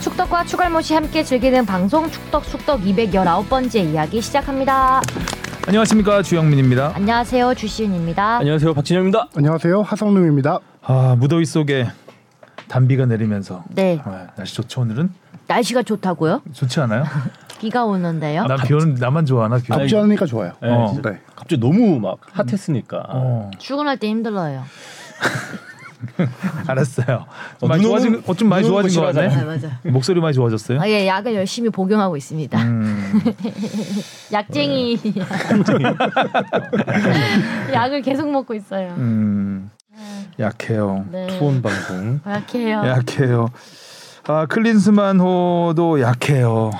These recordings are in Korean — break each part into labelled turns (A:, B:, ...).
A: 추덕과 추갈못이 함께 즐기는 방송 축덕 축덕 219번째 이야기 시작합니다.
B: 안녕하십니까 주영민입니다.
A: 안녕하세요. 주시은입니다.
C: 안녕하세요 박진영입니다.
D: 안녕하세요 하성룡입니다.
B: 아 무더위 속에 단비가 내리면서
A: 네.
B: 아, 날씨 좋죠 오늘은
A: 날씨가 좋다고요?
B: 좋지 않아요?
A: 비가 오는데요?
B: 난 비오는 아, 나만 좋아하나 비 오는
D: 덥지 않으니까 좋아요.
C: 네,
B: 어.
C: 진짜
D: 네.
C: 갑자기 너무 막 핫했으니까
B: 어,
A: 출근할 때 힘들어요.
B: 알았어요. 좀
C: 어,
B: 많이
C: 눈 오는-
B: 좋아진 어좀 많이
C: 눈 오는
B: 좋아진 거
C: 거
B: 같네.
C: 싫어하잖아요.
A: 맞아.
B: 목소리 많이 좋아졌어요?
A: 아, 예, 약을 열심히 복용하고 있습니다.
B: 음,
A: 약쟁이. 약을 계속 먹고 있어요.
B: 음, 약해요.
A: 네.
C: 투혼 방송.
A: 약해요.
B: 약해요. 아 클린스만호도 약해요.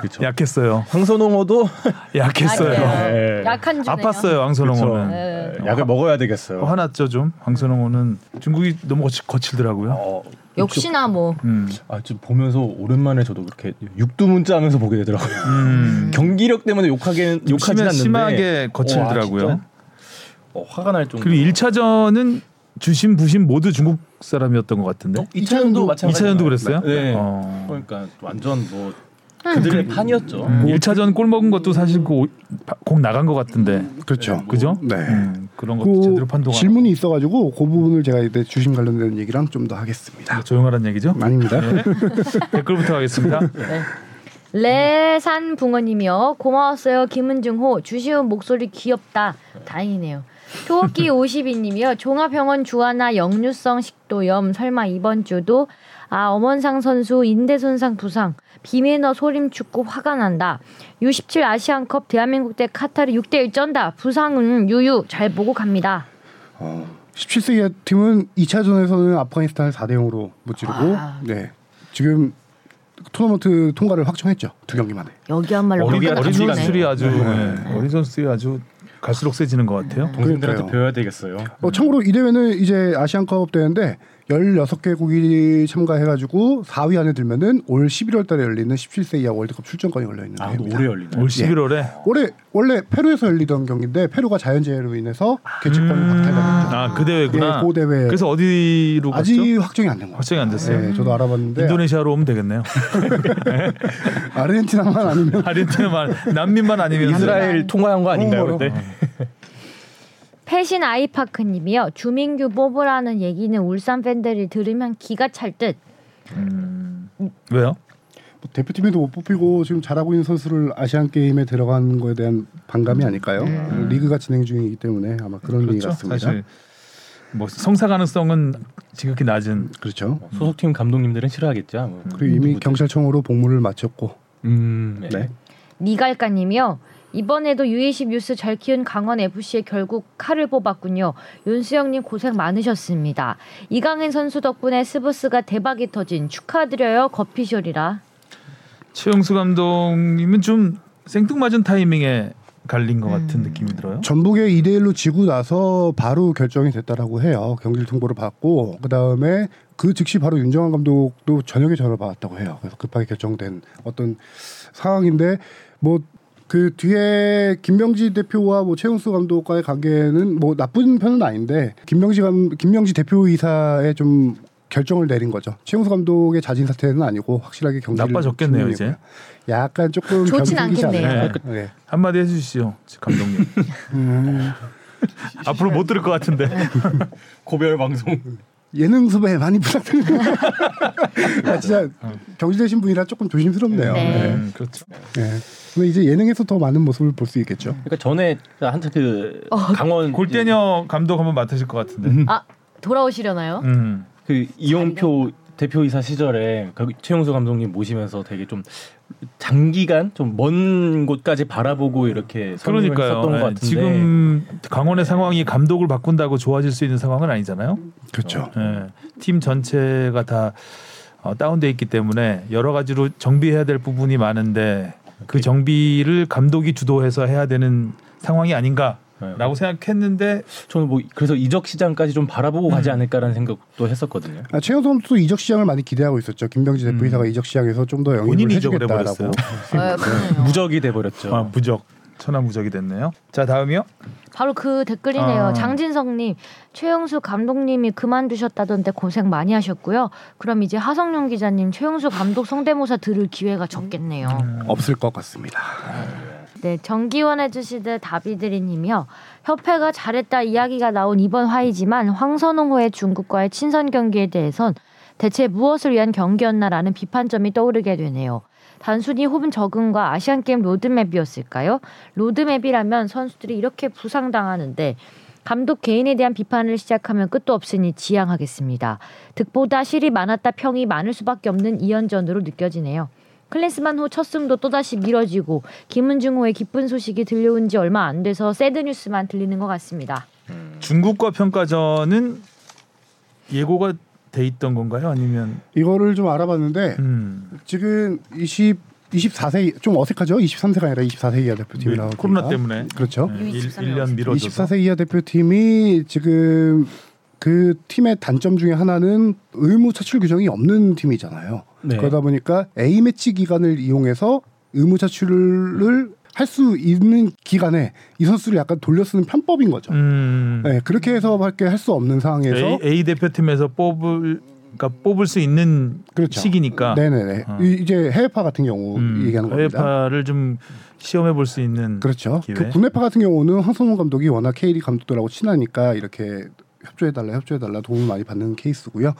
C: 그렇죠.
B: 약했어요.
C: 황선홍어도
B: 약했어요.
A: 약해요.
C: 네.
A: 약한 주네요.
B: 아팠어요
C: 그렇죠.
B: 황선홍호는.
A: 아, 네.
C: 약을 먹어야 되겠어요.
B: 어, 화났죠 좀. 황선홍호는 중국이 너무 거칠, 거칠더라고요.
C: 어,
A: 역시나 뭐.
B: 음.
C: 아, 지금 보면서 오랜만에 저도 그렇게 육두문자하면서 보게 되더라고요.
B: 음.
C: 경기력 때문에 욕하긴 욕하지 않는데
B: 심하게 거칠더라고요.
C: 어, 아, 진짜? 어, 화가 날 정도.
B: 그리고 1차전은 주심 부심 모두 중국 사람이었던 것 같은데.
D: 이차전도
C: 마찬가지.
B: 2차전도 그랬어요?
C: 네.
B: 어.
C: 그러니까 완전 뭐 그들의 판이었죠. 뭐
B: 음, 1차전 골 먹은 것도 사실 그 오- 바- 공 나간 것 같은데.
D: 그렇죠.
B: 그죠?
D: 네.
B: 음, 그런 것도 제대로
D: 그
B: 판독 안
D: 질문이 있어가지고 그 부분을 제가 이제 주심 관련된 얘기랑 좀 더 하겠습니다.
B: 하고. 조용하란 얘기죠?
D: 아닙니다.
B: 네. 댓글부터 하겠습니다.
D: 네.
A: 네, 레산 붕어님이요. 고마웠어요. 김은중호 주시훈 목소리 귀엽다. 다행이네요. 토끼 52님이요. 종합병원 주하나 역류성 식도염 설마 이번 주도 아 엄원상 선수 인대 손상 부상 비매너 소림 축구 화가 난다. U17 아시안컵 대한민국 대 카타르 6대 1 쩐다. 부상은 유유 잘 보고 갑니다.
D: 어, 17세기 팀은 2차전에서는 아프가니스탄을 4대 0으로 무찌르고
A: 아.
D: 네. 지금 토너먼트 통과를 확정했죠. 두 경기만에.
A: 여기야말로
B: 어린
A: 화가
B: 어린
A: 나네요.
B: 선수들이 아주
D: 네.
B: 네, 어린 선수들이 아주 갈수록 세지는 것 같아요.
C: 동생들한테
D: 그러니까요.
C: 배워야 되겠어요.
B: 네.
D: 어, 참고로 이 대회는 이제 아시안컵 대회인데 16개국이 참가해가지고 4위 안에 들면은 올 11월 달에 열리는 17세 이하 월드컵 출전권이 걸려있는
C: 아,
D: 대회입니다.
C: 오래 열리네.
B: 올 11월에.
D: 올해 원래 페루에서 열리던 경기인데 페루가 자연재해로 인해서 개최권을 박탈당했죠.
B: 아, 그 대회구나.
D: 예, 그 대회.
B: 그래서 어디로
D: 아직
B: 갔죠?
D: 확정이 안 된 것 같아요.
B: 확정이 안 됐어요.
D: 네, 저도 알아봤는데
B: 인도네시아로 오면 되겠네요.
D: 아르헨티나만 아니면
B: 아르헨티나만 남미만 아니면
C: 이스라엘 통과한 거 아닌가요
D: 통과로?
C: 그때?
A: 패신 아이파크님이요. 주민규 뽑으라는 얘기는 울산 팬들이 들으면 기가 찰 듯.
B: 왜요?
D: 뭐 대표팀에도 못 뽑히고 지금 잘하고 있는 선수를 아시안 게임에 들어간 거에 대한 반감이 아닐까요? 음, 리그가 진행 중이기 때문에 아마 그런 얘기
B: 네. 그렇죠.
D: 같습니다.
B: 사실 뭐 성사 가능성은 지극히 낮은
D: 그렇죠.
B: 어.
C: 소속팀 감독님들은 싫어하겠죠. 뭐.
D: 그리고
B: 음,
D: 이미 경찰청으로 복무를 마쳤고
C: 음, 네.
D: 네.
A: 니갈까님이요. 이번에도 U20 뉴스 잘 키운 강원 FC에 결국 칼을 뽑았군요. 윤수영님 고생 많으셨습니다. 이강인 선수 덕분에 스브스가 대박이 터진 축하드려요. 거피셜이라.
B: 최용수 감독님은 좀 생뚱맞은 타이밍에 갈린 것 같은 느낌이 들어요.
D: 전북에 2대 1로 지고 나서 바로 결정이 됐다라고 해요. 경기를 통보를 받고 그다음에 그 즉시 바로 윤정환 감독도 저녁에 전화 를 받았다고 해요. 그래서 급하게 결정된 어떤 상황인데 뭐 그 뒤에 김명지 대표와 뭐 최용수 감독과의 관계는 뭐 나쁜 편은 아닌데 김명지 감 김명지 대표이사의 좀 결정을 내린 거죠. 최용수 감독의 자진 사퇴는 아니고 확실하게 경기를
B: 나빠졌겠네요,
D: 중단이고요.
B: 이제.
D: 약간 조금
A: 좋진
D: 경직이지
A: 않겠네요.
D: 않을까. 네.
B: 한마디 해주시죠, 감독님.
D: 음.
B: 앞으로 못 들을 것 같은데.
C: 네. 고별 방송.
D: 예능 섭외 많이 부탁드립니다. 아, 진짜
B: 어.
D: 경질되신 분이라 조금 조심스럽네요.
A: 네.
B: 음, 그렇죠.
D: 네. 근데 이제 예능에서 더 많은 모습을 볼 수 있겠죠.
C: 그러니까 전에 한참 그
D: 어.
C: 강원
B: 골대녀 감독 한번 맡으실 것
C: 음.
B: 같은데.
A: 아 돌아오시려나요?
B: 음.
C: 그 이용표 대표이사 시절에 그 최용수 감독님 모시면서 되게 좀 장기간 좀 먼 곳까지 바라보고 이렇게 선임을
B: 그러니까요.
C: 했었던 것
B: 예,
C: 같은데
B: 지금 강원의 상황이 감독을 바꾼다고 좋아질 수 있는 상황은 아니잖아요.
D: 그렇죠.
B: 예, 팀 전체가 다 어, 다운돼 있기 때문에 여러 가지로 정비해야 될 부분이 많은데 그 정비를 감독이 주도해서 해야 되는 상황이 아닌가라고 생각했는데
C: 저는 뭐 그래서 이적 시장까지 좀 바라보고
B: 음.
C: 가지 않을까라는 생각도 했었거든요.
D: 아, 최영선 선수도 이적 시장을 많이 기대하고 있었죠. 김병지 대표이사가 이적 시장에서 좀 더 영입을
B: 음. 본인이 이적을
A: 아,
D: 해주겠다라고.
B: 해버렸어요.
A: 어, 그러네요.
C: 그렇죠.
B: 아,
C: 무적이 돼 버렸죠.
B: 부적 천하무적이 됐네요. 자 다음이요.
A: 바로 그 댓글이네요.
B: 아.
A: 장진성님, 최영수 감독님이 그만두셨다던데 고생 많이 하셨고요. 그럼 이제 하성룡 기자님, 최영수 감독 성대모사 들을 기회가 적겠네요.
D: 없을 것 같습니다.
A: 네, 정기원 해주시듯 다비드리님이요. 협회가 잘했다 이야기가 나온 이번 화이지만 황선홍호의 중국과의 친선 경기에 대해선 대체 무엇을 위한 경기였나라는 비판점이 떠오르게 되네요. 단순히 호분 적응과 아시안게임 로드맵이었을까요? 로드맵이라면 선수들이 이렇게 부상당하는데 감독 개인에 대한 비판을 시작하면 끝도 없으니 지양하겠습니다. 득보다 실이 많았다 평이 많을 수밖에 없는 이연전으로 느껴지네요. 클린스만 호 첫 승도 또다시 미뤄지고 김은중 호의 기쁜 소식이 들려온 지 얼마 안 돼서 새드 뉴스만 들리는 것 같습니다.
B: 중국과 평가전은 예고가 돼 있던 건가요? 아니면
D: 이거를 좀 알아봤는데
B: 음,
D: 지금 20 24세 좀 어색하죠? 23세가 아니라 24세 이하 대표팀이라고
B: 네, 코로나 때문에
D: 그렇죠.
B: 네, 일-
A: U23
B: 일년 미뤄져서
D: 24세 이하 대표팀이 지금 그 팀의 단점 중에 하나는 의무 차출 규정이 없는 팀이잖아요.
C: 네.
D: 그러다 보니까 A 매치 기간을 이용해서 의무 차출을 할 수 있는 기간에 이 선수를 약간 돌려쓰는 편법인 거죠.
B: 음,
D: 네, 그렇게 해서밖에 할 수 없는 상황에서
B: A, A 대표팀에서 뽑을 그러니까 뽑을 수 있는
D: 그렇죠.
B: 시기니까
D: 네네네
B: 어.
D: 이- 이제 해외파 같은 경우
B: 음,
D: 얘기하는 겁니다.
B: 해외파를 좀 시험해 볼 수 있는
D: 그렇죠.
B: 기회.
D: 그 국내파 같은 경우는 황성훈 감독이 워낙 K리 감독들하고 친하니까 이렇게 협조해달라, 협조해달라 도움을 많이 받는 케이스고요.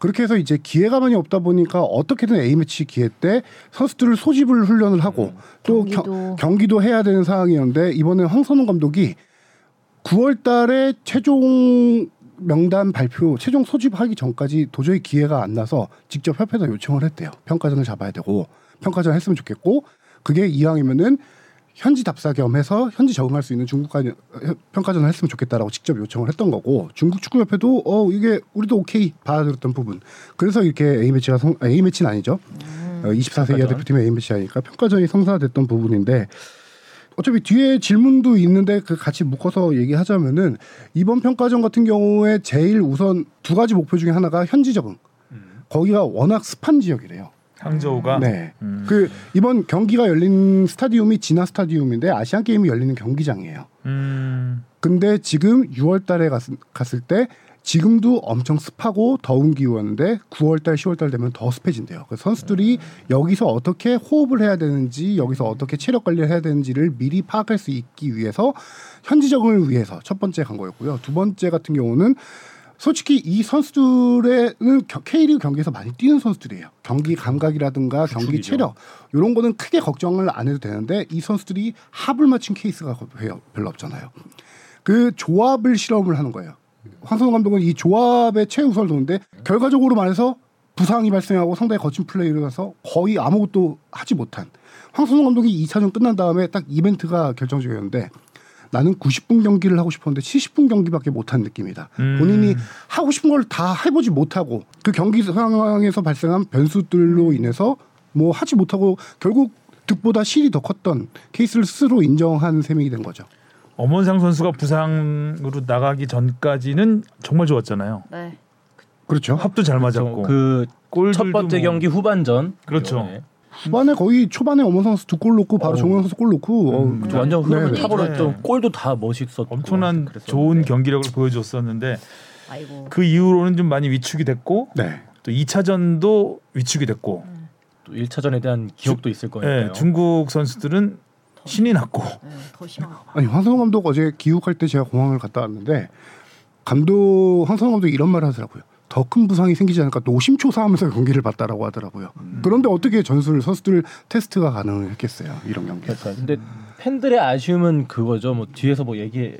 D: 그렇게 해서 이제 기회가 많이 없다 보니까 어떻게든 A매치 기회 때 선수들을 소집을 훈련을 하고 또
A: 음. 경기도.
D: 경- 경기도 해야 되는 상황이었는데 이번에 황선홍 감독이 9월 달에 최종 명단 발표, 최종 소집하기 전까지 도저히 기회가 안 나서 직접 협회에다 요청을 했대요. 평가전을 잡아야 되고 평가전 했으면 좋겠고 그게 이왕이면은 현지 답사 겸해서 현지 적응할 수 있는 중국 간 평가전을 했으면 좋겠다라고 직접 요청을 했던 거고 중국 축구협회도 어 이게 우리도 오케이 받아들였던 부분 그래서 이렇게 A 매치가 성 A 매치는 아니죠 어, 24세 이하 대표팀의 A 매치 아니까 평가전이 성사됐던 부분인데 어차피 뒤에 질문도 있는데 그 같이 묶어서 얘기하자면은 이번 평가전 같은 경우에 제일 우선 두 가지 목표 중에 하나가 현지 적응 거기가 워낙 습한 지역이래요.
B: 항저우가
D: 네.
B: 음.
D: 그 이번 경기가 열린 스타디움이 진화 스타디움인데 아시안 게임이 열리는 경기장이에요.
B: 음,
D: 근데 지금 6월 달에 갔, 갔을 때 지금도 엄청 습하고 더운 기후였는데 9월 달, 10월 달 되면 더 습해진대요. 그래서 선수들이
C: 음.
D: 여기서 어떻게 호흡을 해야 되는지, 여기서 어떻게 체력 관리를 해야 되는지를 미리 파악할 수 있기 위해서 현지 적응을 위해서 첫 번째 간 거였고요. 두 번째 같은 경우는 솔직히 이 선수들은 겨- K리그 경기에서 많이 뛰는 선수들이에요. 경기 감각이라든가 경기
C: 그렇죠. 주축이죠.
D: 체력 이런 거는 크게 걱정을 안 해도 되는데 이 선수들이 합을 맞춘 케이스가 거- 별로 없잖아요. 그 조합을 실험을 하는 거예요. 황선홍 감독은 이 조합에 최우선을 두는데 결과적으로 말해서 부상이 발생하고 상당히 거친 플레이를 해서 거의 아무것도 하지 못한 황선홍 감독이 2차전 끝난 다음에 딱 이벤트가 결정적이었는데 나는 90분 경기를 하고 싶었는데 70분 경기밖에 못한 느낌이다.
B: 음.
D: 본인이 하고 싶은 걸 다 해보지 못하고 그 경기 상황에서 발생한 변수들로 인해서 뭐 하지 못하고 결국 득보다 실이 더 컸던 케이스를 스스로 인정한 셈이 된 거죠.
B: 엄원상 선수가 부상으로 나가기 전까지는 정말 좋았잖아요.
A: 네.
D: 그렇죠.
B: 합도 잘 맞았고
C: 그
B: 골들도
C: 첫 번째
B: 뭐-
C: 경기 후반전
B: 그렇죠.
C: 네.
D: 후반에 거의 초반에 엄원선 선수 두 골 넣고 바로
C: 어.
D: 정우영 선수 골 넣고 어,
C: 저 완전 흐름을
D: 네.
C: 타버렸죠.
B: 네.
C: 골도 다 멋있었고
B: 음. 엄청난
C: 그랬었는데.
B: 좋은 경기력을 보여줬었는데
A: 아이고.
B: 그 이후로는 좀 많이 위축이 됐고
D: 네.
B: 또 2차전도 위축이 됐고
C: 음. 또 1차전에 대한 기억도 있을 거예요. 그렇죠.
B: 예, 중국 선수들은 신이 났고
A: 네, 더 심한.
D: 아니 황선홍 감독 어제 기욱할 때 제가 공항을 갔다 왔는데 감독 황선홍 감독이 이런 말을 하더라고요. 더 큰 부상이 생기지 않을까 노심초사하면서 경기를 봤다라고 하더라고요. 그런데 어떻게 전술 선수들 테스트가 가능했겠어요 이런 경기.
C: 그러니까 근데 팬들의 아쉬움은 그거죠. 뭐 뒤에서 뭐 얘기해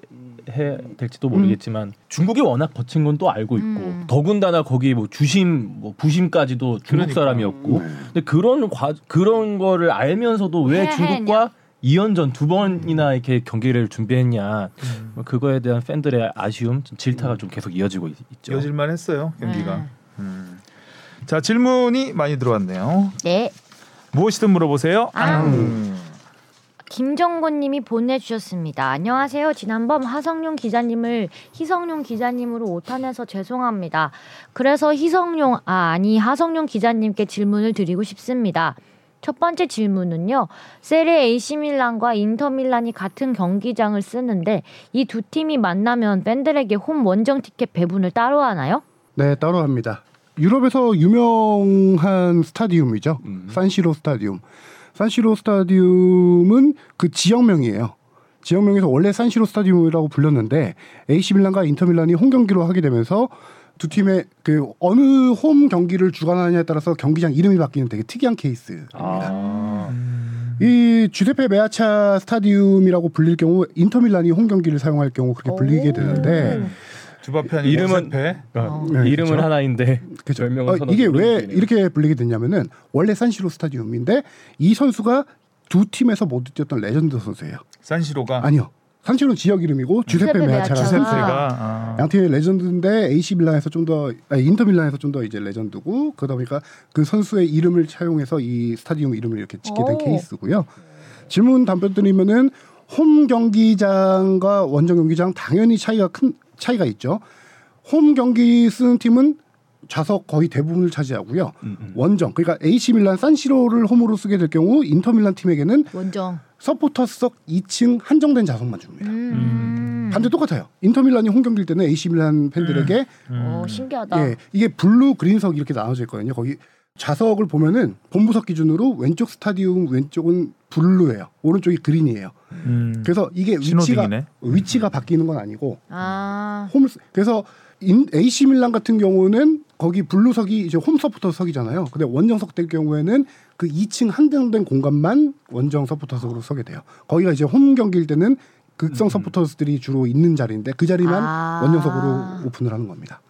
C: 될지도 모르겠지만 중국이 워낙 거친 건 또 알고 있고
A: 음.
C: 더군다나 거기 뭐 주심 뭐 부심까지도 중국
B: 그러니까.
C: 사람이었고 근데 그런 과, 그런 거를 알면서도 왜
A: 해야
C: 중국과
A: 했냐?
C: 이연전두 번이나 이렇게 경기를 준비했냐 뭐 그거에 대한 팬들의 아쉬움 좀 질타가 좀 계속 이어지고 있, 죠
B: 이어질만 했어요 경기가.
A: 네.
B: 음. 자 질문이 많이 들어왔네요.
A: 네.
B: 무엇이든 물어보세요.
A: 아.
B: 음.
A: 김정곤님이 보내주셨습니다. 안녕하세요. 지난번 하성룡 기자님을 희성룡 기자님으로 오탄해서 죄송합니다. 그래서 희성룡 아, 아니 하성룡 기자님께 질문을 드리고 싶습니다. 첫 번째 질문은요. 세레 AC 밀란과 인터 밀란이 같은 경기장을 쓰는데 이 두 팀이 만나면 팬들에게 홈 원정 티켓 배분을 따로 하나요?
D: 네, 따로 합니다. 유럽에서 유명한 스타디움이죠. 산시로 스타디움. 산시로 스타디움은 그 지역명이에요. 지역명에서 원래 산시로 스타디움이라고 불렸는데 AC 밀란과 인터 밀란이 홈 경기로 하게 되면서 두 팀의 그 어느 홈 경기를 주관하느냐에 따라서 경기장 이름이 바뀌는 되게 특이한 케이스.
C: 아.
D: 이 주세페 메아차 스타디움이라고 불릴 경우 인터 밀란이 홈 경기를 사용할 경우 그렇게 불리게
A: 오.
B: 음.
D: 되는데
B: 주바페 아니고
C: 이름은-
B: 이름은 패.
A: 어.
C: 그러니까
D: 네,
C: 이름은
D: 그쵸.
C: 하나인데
D: 그죠.
C: 별명은
D: 어,
C: 서너
D: 이게
C: 그런
D: 왜
C: 느낌이네요.
D: 이렇게 불리게 됐냐면은 원래 산시로 스타디움인데 이 선수가 두 팀에서 모두 뛰었던 레전드 선수예요.
B: 산시로가
D: 아니요. 산시로 지역 이름이고 주세페
A: 주세페
D: 메아차가
A: 메아차.
D: 선수.
B: 주세페가 아.
D: 양 팀의 레전드인데 AC 밀란에서 좀 더 인터 밀란에서 좀 더 이제 레전드고 그러다 보니까 그 선수의 이름을 차용해서 이 스타디움 이름을 이렇게 짓게 된
A: 오.
D: 케이스고요. 질문 답변 드리면은 홈 경기장과 원정 경기장 당연히 차이가 큰 차이가 있죠. 홈 경기 쓰는 팀은 좌석 거의 대부분을 차지하고요. 원정 그러니까 AC 밀란 산시로를 홈으로 쓰게 될 경우 인터 밀란 팀에게는
A: 원정.
D: 서포터석 2층 한정된 좌석만 줍니다.
A: 음.
D: 반대 똑같아요. 인터밀란이 홈 경기일 때는 AC 밀란 팬들에게
B: 음.
A: 어, 신기하다.
B: 아.
D: 예, 이게 블루 그린석 이렇게 나눠져 있거든요. 거기 좌석을 보면은 본부석 기준으로 왼쪽 스타디움 왼쪽은 블루예요. 오른쪽이 그린이에요.
B: 음.
D: 그래서 이게 위치가
B: 신호등이네.
D: 위치가 바뀌는 건 아니고
A: 아.
D: 홈 그래서 인, AC 밀란 같은 경우는 거기 블루석이 이제 홈 서포터석이잖아요. 근데 원정석 될 경우에는 그 2층 한정된 공간만 원정 서포터석으로 서게 돼요. 거기가 이제 홈 경기일 때는 극성 서포터스들이 주로 있는 자리인데 그 자리만
A: 아.
D: 원정석으로 오픈을 하는 겁니다.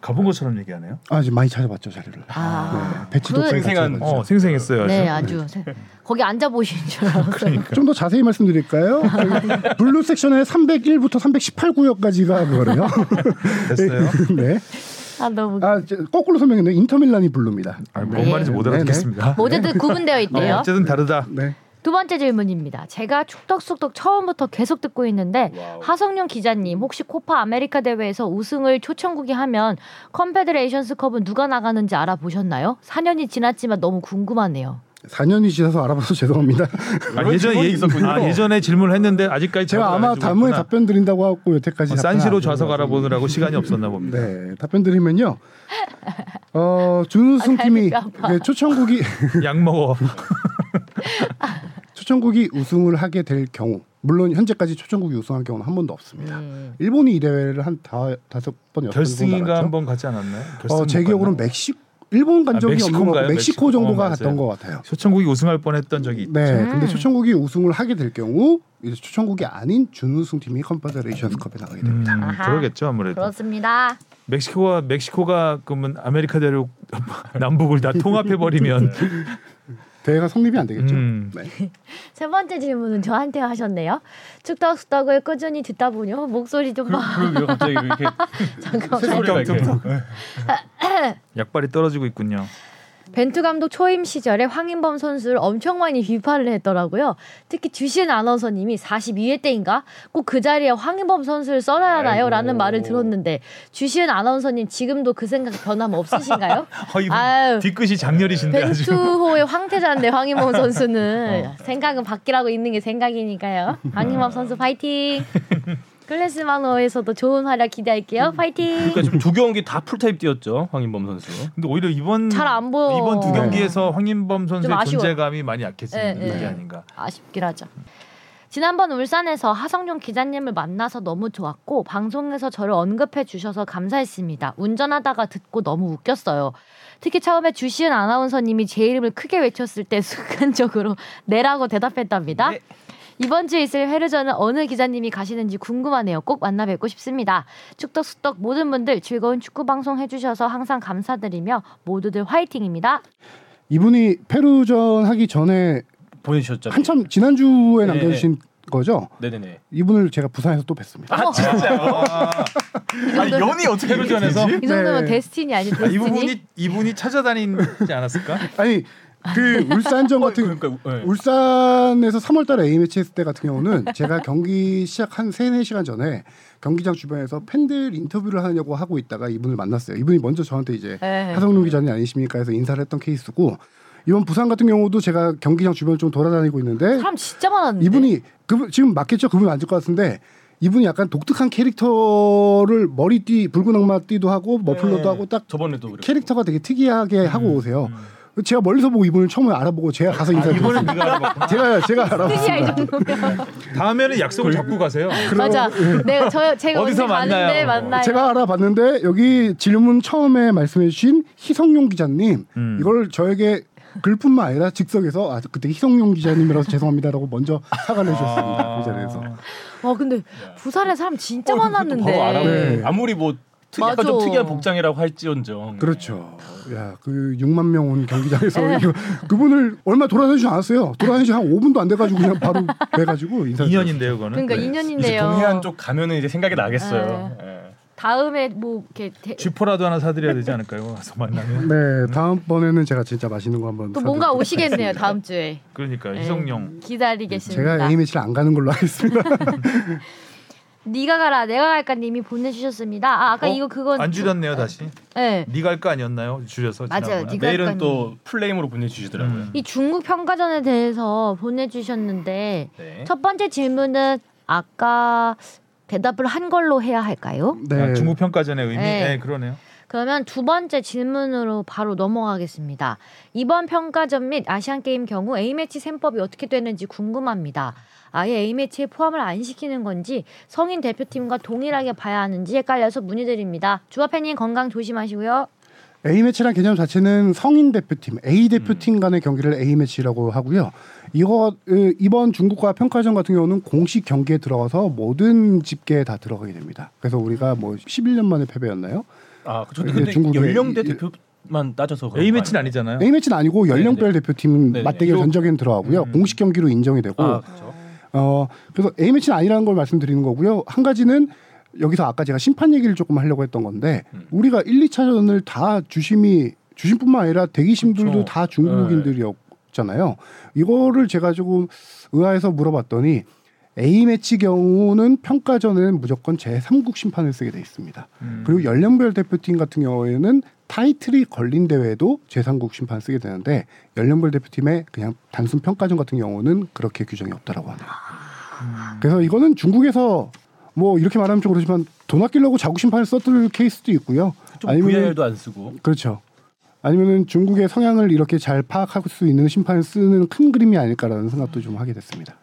B: 가본 것처럼 얘기하네요.
D: 아 이제 많이 찾아봤죠 자리를.
A: 아.
D: 네, 배치도
A: 그-
D: 빼고
C: 생생한-
D: 찾아봤죠.
B: 어, 생생했어요. 아주.
A: 네, 아주 세- 거기 앉아 보시는 줄 알았어요.
D: 좀 더 자세히 말씀드릴까요? 블루 섹션의 301부터 318구역까지가 그거래요.
B: 됐어요.
D: 네.
A: 아 너무.
D: 아, 이제 거꾸로 설명했는데 인터밀란이 블루입니다.
B: 아, 뭔
A: 네.
B: 말인지 못
D: 네,
B: 알아듣겠습니다.
A: 모두들 구분되어
B: 어,
A: 있대요.
B: 어쨌든 다르다.
C: 아,
D: 네.
A: 두 번째 질문입니다. 제가 축덕숙덕 처음부터 계속 듣고 있는데 하성룡 기자님 혹시 코파 아메리카 대회에서 우승을 초청국이 하면 컨페데레이션스 컵은 누가 나가는지 알아보셨나요? 4년이 지났지만 너무 궁금하네요.
D: 4년이 지나서 알아봐서 죄송합니다.
B: 아,
C: 이런
B: 예전
C: 질문이
B: 예,
C: 있었군요.
B: 아, 예전에 질문을 했는데 아직까지
D: 제가
B: 답을 안
D: 아마
B: 해주고
D: 다음에
B: 있구나.
D: 답변 드린다고 하고 여태까지
B: 어,
D: 답변
B: 산시로
D: 안
B: 좌석
D: 드려가지고.
B: 알아보느라고 시간이 없었나 봅니다.
D: 네, 답변 드리면요. 어, 준우승 팀이
A: 다리가 아파.
D: 네, 초청국이
B: 약 먹어.
D: 초청국이 우승을 하게 될 경우, 물론 현재까지 초청국이 우승한 경우는 한 번도 없습니다.
A: 음.
D: 일본이 이 대회를 한 다, 다섯 번 여섯 번
B: 결승인가
D: 나갔죠.
B: 한번 가지 않았나요? 결승
D: 어, 제
B: 못
D: 기억으로는
B: 갔나?
D: 멕시 일본 간
B: 아,
D: 적이 없는 것
B: 멕시코인가요?
D: 같고 멕시코
B: 멕시코.
D: 정도가
B: 어,
D: 갔던
B: 맞아요.
D: 것 같아요.
B: 초청국이 우승할 뻔했던 적이 있-
D: 네,
A: 음.
D: 근데 초청국이 우승을 하게 될 경우 이제 초청국이 아닌 준우승 팀이 컨퍼더레이션스컵에 나가게 됩니다.
B: 음,
A: 아하.
B: 그러겠죠
A: 네.
B: 아무래도.
A: 그렇습니다.
B: 멕시코가 멕시코가 그러면 아메리카 대륙 남북을 다 통합해 버리면
D: 그렇죠. 대회가 성립이 안 되겠죠.
B: 음.
D: 네.
A: 세 번째 질문은 저한테 하셨네요. 축덕숙덕을 꾸준히 듣다 보니 어, 목소리 좀 봐.
C: 그러게요. 갑자기 이렇게
A: 잠깐만.
C: 소리가 이렇게
B: 약발이 떨어지고 있군요.
A: 벤투 감독 초임 시절에 황인범 선수를 엄청 많이 비판을 했더라고요. 특히 주신 아나운서님이 42회 때인가 꼭 그 자리에 황인범 선수를 써놔야 하나요?
C: 아이고.
A: 라는 말을 들었는데 주신 아나운서님 지금도 그 생각 변함 없으신가요?
B: 어, 이분
A: 아유.
B: 뒤끝이 장렬이신데 아주.
A: 벤투호의 황태자인데 황인범
B: 어.
A: 선수는 생각은 바뀌라고 있는 게 생각이니까요. 황인범 선수 파이팅! 클래스만호에서도 좋은 활약 기대할게요. 파이팅!
C: 그러니까 지금 두 경기 다 풀타입 뛰었죠. 황인범 선수.
B: 근데 오히려 이번
A: 잘 안 보여.
B: 이번 두
A: 네.
B: 경기에서 황인범 선수의
A: 아쉬워요.
B: 존재감이 많이 약해지는
A: 네,
B: 게
A: 네.
B: 아닌가.
A: 아쉽긴 하죠. 지난번 울산에서 하성룡 기자님을 만나서 너무 좋았고 방송에서 저를 언급해 주셔서 감사했습니다. 운전하다가 듣고 너무 웃겼어요. 특히 처음에 주시은 아나운서님이 제 이름을 크게 외쳤을 때 순간적으로 네라고 대답했답니다.
C: 네.
A: 이번 주에 있을 회르전은 어느 기자님이 가시는지 궁금하네요. 꼭 만나 뵙고 싶습니다. 축덕숙덕 모든 분들 즐거운 축구 방송 해주셔서 항상 감사드리며 모두들 화이팅입니다.
D: 이분이 페루전 하기 전에
C: 보내주셨죠.
D: 한참 지난주에
C: 네.
D: 남겨주신 거죠.
C: 네네네.
D: 이분을 제가 부산에서 또 뵀습니다.
C: 아
A: 어.
C: 진짜요? 아니 연이 어떻게
B: 페루전에서?
C: 이렇게 되지?
A: 이 정도면
D: 네.
A: 데스티니 아니
B: 아,
A: 데스티니?
B: 이 부분이 이분이 찾아다니지 않았을까?
D: 아니 그 울산전
C: 어,
D: 같은
C: 그러니까 예.
D: 울산에서 3월달에 A 매치 했을 때 같은 경우는 제가 경기 시작 한 3, 4 시간 전에 경기장 주변에서 팬들 인터뷰를 하려고 하고 있다가 이분을 만났어요. 이분이 먼저 저한테 이제
A: 네.
D: 하성룡 기자님 아니십니까 해서 인사를 했던 케이스고 이번 부산 같은 경우도 제가 경기장 주변을 좀 돌아다니고 있는데
A: 사람 진짜
B: 음.
A: 많았는데.
B: 네.
D: 이분이 그분 지금 맞겠죠? 그분 맞을 것 같은데 이분이 약간 독특한 캐릭터를 머리띠 붉은 악마 띠도 하고
B: 네.
D: 머플러도 하고 딱
C: 저번에도 그랬고.
D: 캐릭터가 되게
B: 음,
D: 특이하게 하고 오세요. 제가 멀리서 보고 이분을 처음에 알아보고 제가 가서 인사드렸어요.
B: 이번엔 네가 알아봤구나.
D: 제가 제가
A: 뜨기야 이
D: 알아봤습니다.
A: 정도면.
B: 다음에는
A: 그
B: 약속을 잡고 가세요.
A: 맞아. 내가 저 제가
B: 어디서
A: 어디서 가는데
B: 만나요?
A: 만나요.
D: 제가 알아봤는데 여기 질문 처음에 말씀해주신 희성용 기자님
B: 음.
D: 이걸 저에게 글뿐만 아니라 즉석에서 아 그때 희성용 기자님이라서 죄송합니다라고 먼저 사과를 해주셨습니다
B: 아.
D: 그 자리에서
A: 와 어, 근데 어, 부산에 사람 진짜 많았는데.
C: 바로 알아.
D: 네.
C: 아무리 뭐 특, 약간 좀
A: 맞아.
C: 특이한 복장이라고 할지언정.
A: 음.
D: 그렇죠. 야 그 6만 명 온 경기장에서
A: 네.
D: 이거 그분을 얼마 돌아다니지 않았어요. 돌아다니지 한 5분도 안 돼가지고 그냥 바로 뵈가지고 인사.
B: 2년인데요, 그거는.
A: 그러니까
B: 네.
C: 이제
A: 2년인데요. 네.
C: 동해안 쪽 가면은 이제 생각이 나겠어요. 예.
A: 다음에 뭐 이렇게 대-
B: 쥐포라도 하나 사드려야 되지 않을까요? 와서 만나면.
D: 네 다음 번에는 제가 진짜 맛있는 거 한번.
A: 또 뭔가
D: 사드리도록
A: 오시겠네요
D: 하겠습니다.
A: 다음 주에.
B: 그러니까
A: 네.
B: 이성용.
A: 기다리겠습니다.
D: 제가 A 매치를 안 가는 걸로 하겠습니다.
B: 아,
A: 네가 가라 내가 갈까 님이 보내주셨습니다. 아 아까
B: 어?
A: 이거 그건
B: 안 줄였네요 다시.
A: 네.
B: 네가 할 거 아니었나요? 줄여서.
A: 맞아요,
B: 지난번에.
A: 네가-
C: 내일은
A: 그러니까요.
C: 또 플레임으로 보내주시더라고요.
B: 음.
A: 이 중국 평가전에 대해서 보내주셨는데
C: 네.
A: 첫 번째 질문은 아까 대답을 한 걸로 해야 할까요?
B: 아,
D: 네.
B: 중국 평가전의 의미.
A: 네.
B: 네, 그러네요.
A: 그러면 두 번째 질문으로 바로 넘어가겠습니다. 이번 평가전 및 아시안 게임 경우 A 매치 셈법이 어떻게 되는지 궁금합니다. 아예 A 매치에 포함을 안 시키는 건지 성인 대표팀과 동일하게 봐야 하는지 헷갈려서 문의드립니다. 주화 팬님 건강 조심하시고요.
D: A 매치란 개념 자체는 성인 대표팀, A 대표팀
B: 음.
D: 간의 경기를 A 매치라고 하고요. 이거 으, 이번 중국과 평가전 같은 경우는 공식 경기에 들어가서 모든 집계에 다 들어가게 됩니다. 그래서 우리가 뭐 11년 만에 패배였나요?
C: 아, 저도
D: 이게
C: 근데
D: 중국의
C: 연령대
D: 이-
C: 대표만 따져서 그런
B: A
C: 거
B: 매치는
C: 아니에요?
B: 아니잖아요.
D: A 매치는 아니고 연령별 대표팀
C: 네. 네네.
D: 맞대결
C: 요-
D: 전적에는 들어가고요.
B: 음.
D: 공식 경기로 인정이 되고
C: 아, 그렇죠.
D: 어 그래서 A 매치는 아니라는 걸 말씀드리는 거고요. 한 가지는 여기서 아까 제가 심판 얘기를 조금 하려고 했던 건데
C: 음.
D: 우리가 1, 2차전을 다 주심이 주심뿐만 아니라 대기심들도
C: 그렇죠.
D: 다 중국인들이었잖아요. 이거를 제가 조금 의아해서 물어봤더니 A 매치 경우는 평가전에는 무조건 제3국 심판을 쓰게 돼 있습니다.
B: 음.
D: 그리고 연령별 대표팀 같은 경우에는 타이틀이 걸린 대회도 제3국 심판 쓰게 되는데 연령별 대표팀의 그냥 단순 평가전 같은 경우는 그렇게 규정이 없다라고 하네요.
C: 음.
D: 그래서 이거는 중국에서 뭐 이렇게 말하면 좀 그렇지만 돈 아끼려고 자국 심판을 썼을 케이스도 있고요.
C: 좀
D: 아니면은-
C: VR도 안 쓰고.
D: 그렇죠. 아니면은 중국의 성향을 이렇게 잘 파악할 수 있는 심판을 쓰는 큰 그림이 아닐까라는 생각도 좀 하게 됐습니다.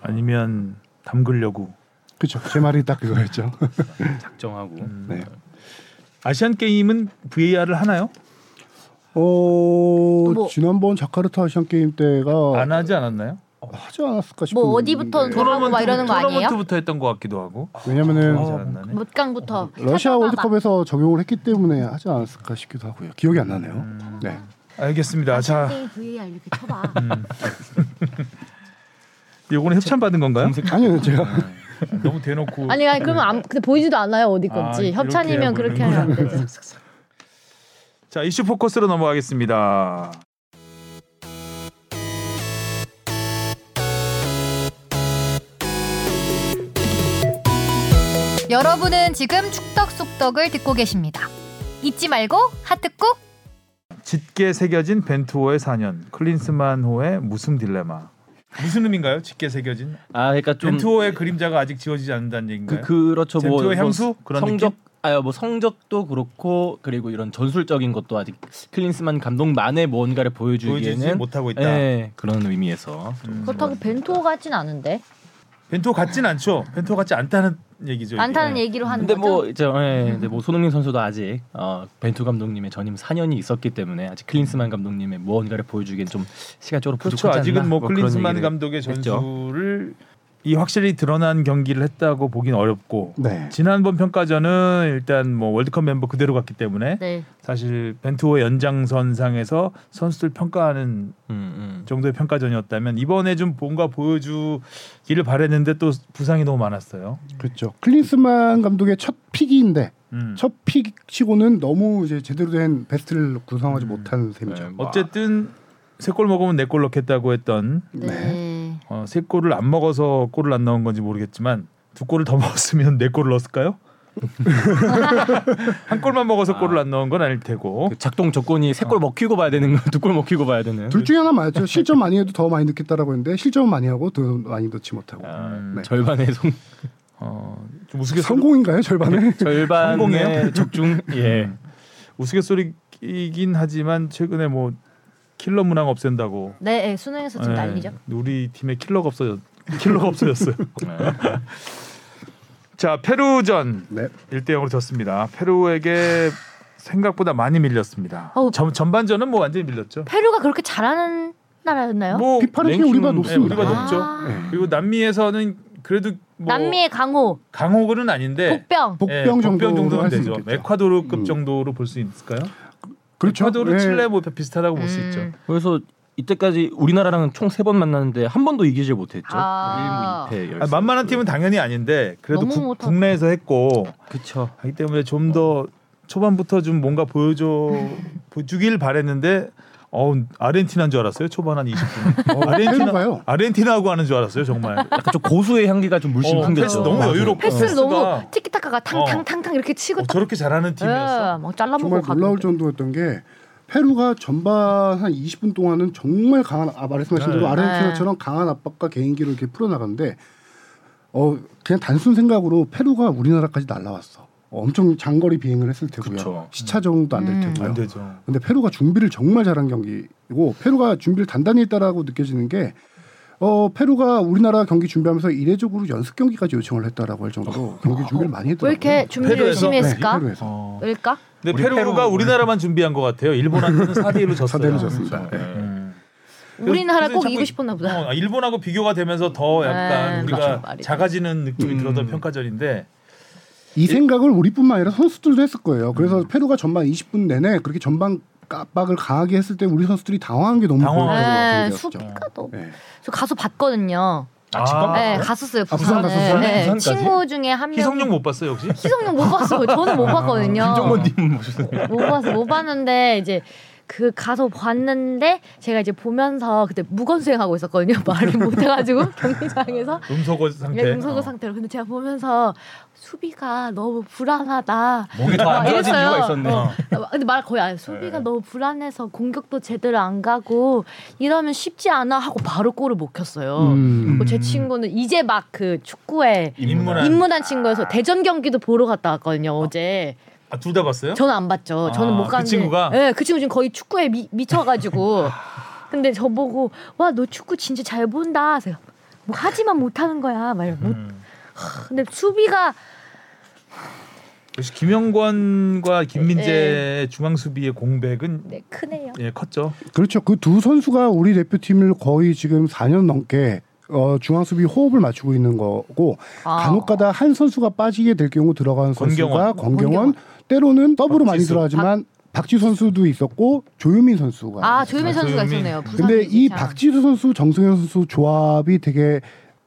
B: 아니면 담그려고.
D: 그렇죠. 제 말이 딱 그거였죠.
C: 작정하고.
D: 네.
B: 아시안 게임은 VAR을 하나요?
D: 어
A: 뭐-
D: 지난번 자카르타 아시안 게임
A: 어.
D: 때가
B: 안 하지 않았나요?
D: 하지 않았을까 싶은데.
A: 뭐 어디부터 돌아오고 막 이러는 거 아니에요? 음.
B: 토너먼트부터 했던 것 같기도 하고.
D: 왜냐면은
B: 기억이 아, 잘안 나네.
A: 못강부터
D: 러시아 월드컵에서 적용을 했기 때문에 하지 않았을까 싶기도 하고요. 기억이 안 나네요. 네.
B: 알겠습니다. 자,
A: 게임 VAR 이렇게 쳐봐.
B: 요거는 협찬 받은 건가요?
D: 아니요 제가
B: 너무 대놓고.
A: 아니 아니 그러면 안, 근데 보이지도 않아요 어디 건지
B: 아,
A: 협찬이면
B: 이렇게
A: 그렇게 하면 안 되죠.
B: 자, 이슈 포커스로 넘어가겠습니다.
E: 여러분은 지금 축덕숙덕을 듣고 계십니다. 잊지 말고 하트 꾹!
B: 짙게 새겨진 벤투어의 4년, 클린스만호의 무승 딜레마. 무슨 의미인가요? 짙게 새겨진?
C: 아, 그러니까 좀
B: 벤투어의 그림자가 아직 지워지지 않는다는 얘기인가요?
C: 그 그렇죠. 뭐,
B: 네. 젠투의
C: 뭐
B: 향수? 그런
C: 성적 아요 뭐 성적도 그렇고 그리고 이런 전술적인 것도 아직 클린스만 감독만의 뭔가를
B: 보여주지
C: 보여주기에는
B: 못하고 있다.
C: 예, 그런 의미에서
A: 그렇다고 벤토 같진 않은데
B: 벤투어 같진 않죠. 벤투어 같지 않다는 얘기죠. 이게. 예.
A: 안타는 얘기로 하는
C: 근데
A: 거죠.
C: 뭐 이제 예,
B: 음.
C: 근데 뭐 손흥민 선수도 아직 어, 벤투 감독님의 전임 4년이 있었기 때문에 아직 클린스만 감독님의 무언가를 보여주기엔 좀 시간적으로 부족하지
B: 그렇죠.
C: 않나.
B: 아직은 뭐
C: 그런
B: 클린스만
C: 얘기를
B: 감독의
C: 했죠.
B: 전술을 이 확실히 드러난 경기를 했다고 보긴 어렵고
D: 네.
B: 지난번 평가전은 일단 뭐 월드컵 멤버 그대로 갔기 때문에
A: 네.
B: 사실 벤투어 연장선상에서 선수들 평가하는
C: 음, 음.
B: 정도의 평가전이었다면 이번에 좀 뭔가 보여주기를 바랬는데 또 부상이 너무 많았어요.
D: 그렇죠. 클린스만 감독의 첫 픽인데
B: 음.
D: 첫 픽치고는 너무 이제 제대로 된 베스트를 구성하지 못한 셈이죠.
C: 네, 뭐
B: 음, 어쨌든 세 골 먹으면 네 골 넣겠다고 했던
A: 네.
B: 어, 세 골을 안 먹어서 골을 안 넣은 건지 모르겠지만 두 골을 더 먹었으면 네 골을 넣었을까요? 한 골만 먹어서 골을 안 넣은 건 아닐 테고.
C: 그 작동 조건이 세
B: 어.
C: 골 먹히고 봐야 되는 거, 두 골 먹히고 봐야 되는.
D: 네. 둘 중에 하나 맞죠. 실점 많이 해도 더 많이 넣겠다라고 했는데 실점 많이 하고 더 많이 넣지 못하고.
B: 아,
D: 네.
C: 음, 절반의 성
B: 어, 좀 우스갯소리
D: 성공인가요 절반에?
C: 절반의
B: 성공이에요?
C: 적중. 예.
B: 우스갯소리이긴 하지만 최근에 뭐 킬러 문항 없앤다고
A: 네, 예, 수능에서 지금
B: 예,
A: 난리죠.
B: 우리 팀에 킬러가 없어졌 킬러가 없어졌어요.
C: 네.
B: 자 페루전
D: 네.
B: 1대 0으로 졌습니다. 페루에게 생각보다 많이 밀렸습니다.
A: 어우.
B: 전, 전반전은 뭐 완전히 밀렸죠.
A: 페루가 그렇게 잘하는 나라였나요?
B: 뭐
D: 피파를
B: 랭킹은-
D: 우리보다
B: 예,
D: 높습니다.
B: 우리보다
A: 아.
B: 높죠. 뭐 그리고 남미에서는 그래도 뭐
A: 남미의 강호,
B: 강호군은 아닌데
A: 복병.
D: 복병
B: 예,
D: 정도로
B: 정도는
D: 할수
B: 되죠. 네.
D: 있겠죠.
B: 에콰도르급
D: 음.
B: 정도로 볼 수 있을까요?
D: 그렇죠.
B: 에콰도르,
D: 예.
B: 칠레 뭐 비슷하다고 볼 수
A: 음.
B: 있죠. 아,
C: 그래서 이때까지 우리나라랑 총 세 번 만났는데 한 번도 이기질 못했죠.
A: 아.
C: 1무 2패.
B: 아, 만만한 팀은 당연히 아닌데 그래도
A: 너무
B: 국-
A: 못하고.
B: 국내에서 했고
C: 그쵸.
B: 하기 때문에 좀 더 초반부터 좀 뭔가 보여줘 보여주길 바랬는데 어 아르헨티나인 줄 알았어요 초반 한 20분
D: 어, 페루가요?
B: 아르헨티나하고 하는 줄 알았어요 정말
C: 약간 좀 고수의 향기가 좀 물씬
B: 어, 패스
C: 풍겼죠.
B: 너무 여유롭고
A: 패스를
B: 패스가,
A: 너무 티키타카가 탕탕탕탕 이렇게 치고
B: 어,
A: 딱
B: 저렇게 잘하는 팀이었어
A: 예, 막 잘라먹고
D: 정말 놀라울
A: 가던데.
D: 정도였던 게 페루가 전반 한 20분 동안은 정말 강한 아 말씀하신 대로
B: 네.
D: 아르헨티나처럼 강한 압박과 개인기를 이렇게 풀어나가는데 어 그냥 단순 생각으로 페루가 우리나라까지 날라왔어. 어, 엄청 장거리 비행을 했을 테고요.
C: 그쵸.
D: 시차 적응도 안 될
A: 음.
D: 테고요.
B: 안 되죠
D: 근데 페루가 준비를 정말 잘한 경기이고 페루가 준비를 단단히 했다라고 느껴지는 게 어, 페루가 우리나라 경기 준비하면서 이례적으로 연습 경기까지 요청을 했다라고 할 정도로 경기 준비를 많이
A: 왜
D: 했더라고요.
A: 이렇게 준비를
B: 페루에서?
A: 열심히 했을까?
D: 네, 페루에서.
B: 어.
A: 왜일까?
B: 근데
C: 우리
B: 페루가
C: 페루-
B: 우리나라만 준비한 것 같아요 일본한테는 4대 1로 졌어요
D: 4대1로 졌습니다.
B: 그렇죠. 음.
A: 우리나라
B: 그래서
A: 꼭
B: 자꾸
A: 이기고 싶었나 보다.
B: 어, 일본하고 비교가 되면서 더
A: 네,
B: 약간
A: 그렇죠.
B: 우리가
A: 말이죠.
B: 작아지는 느낌이
C: 음.
B: 들었던 평가전인데
D: 이 생각을 우리뿐만 아니라 선수들도 했을 거예요. 그래서 페루가 전반 20분 내내 그렇게 전반 압박을 강하게 했을 때 우리 선수들이 당황한 게 너무
B: 당황하죠.
A: 네,
D: 보여서 경기였죠.
A: 수비가 너무.
D: 네.
A: 저 가수 봤거든요.
B: 아, 직관
A: 네,
B: 봤어요?
A: 갔었어요.
D: 아,
A: 부산에.
D: 부산 갔었어요?
A: 네,
C: 부산까지?
A: 친구 중에 한 명.
B: 희성용 못 봤어요 혹시?
A: 희성용 못 봤어. 저는 못 봤거든요.
C: 아, 김종건님 모셨어요.
A: 못 봤어. 못 봤는데 이제 그 가서 봤는데 제가 이제 보면서 그때 무건수행하고 있었거든요. 말을 못 해가지고 경기장에서
B: 음소거 상태. 어.
A: 네,
C: 어.
A: 음소거 상태로. 근데 제가 보면서 수비가 너무 불안하다.
C: 목이 더 안 좋아진
A: 이랬어요.
C: 이유가 네. 있었네.
A: 어. 근데 말 거의 안 해요. 수비가 너무 불안해서 공격도 제대로 안 가고 이러면 쉽지 않아 하고 바로 골을 못 켰어요.
D: 음.
A: 뭐제 친구는 이제 막 그 축구에
B: 인문학.
A: 입문한 친구여서 대전 경기도 보러 갔다 왔거든요 어제.
B: 아, 둘 다 봤어요?
A: 저는 안 봤죠. 저는
B: 아,
A: 못
B: 그
A: 갔는데.
B: 친구가?
A: 네, 그 친구 지금 거의 축구에 미, 미쳐가지고. 근데 저 보고 와 너 축구 진짜 잘 본다. 그래서 뭐 하지만 못하는 거야. 말 못.
B: 음.
A: 근데 수비가
B: 역시 김영권과 김민재 중앙 수비의 공백은
A: 네, 크네요.
B: 예, 컸죠.
D: 그렇죠. 그 두 선수가 우리 대표팀을 거의 지금 4년 넘게 어, 중앙 수비 호흡을 맞추고 있는 거고
A: 아.
D: 간혹가다 한 선수가 빠지게 될 경우 들어가는 선수가
B: 권경원.
D: 권경원
A: 권경원.
D: 때로는 더블로 많이
B: 박지수.
D: 들어가지만 박지 선수도 있었고 조유민 선수가
A: 아 조유민 선수가
B: 조유민.
A: 있었네요. 부산
D: 근데 이
A: 미지창.
D: 박지수 선수, 정승현 선수 조합이 되게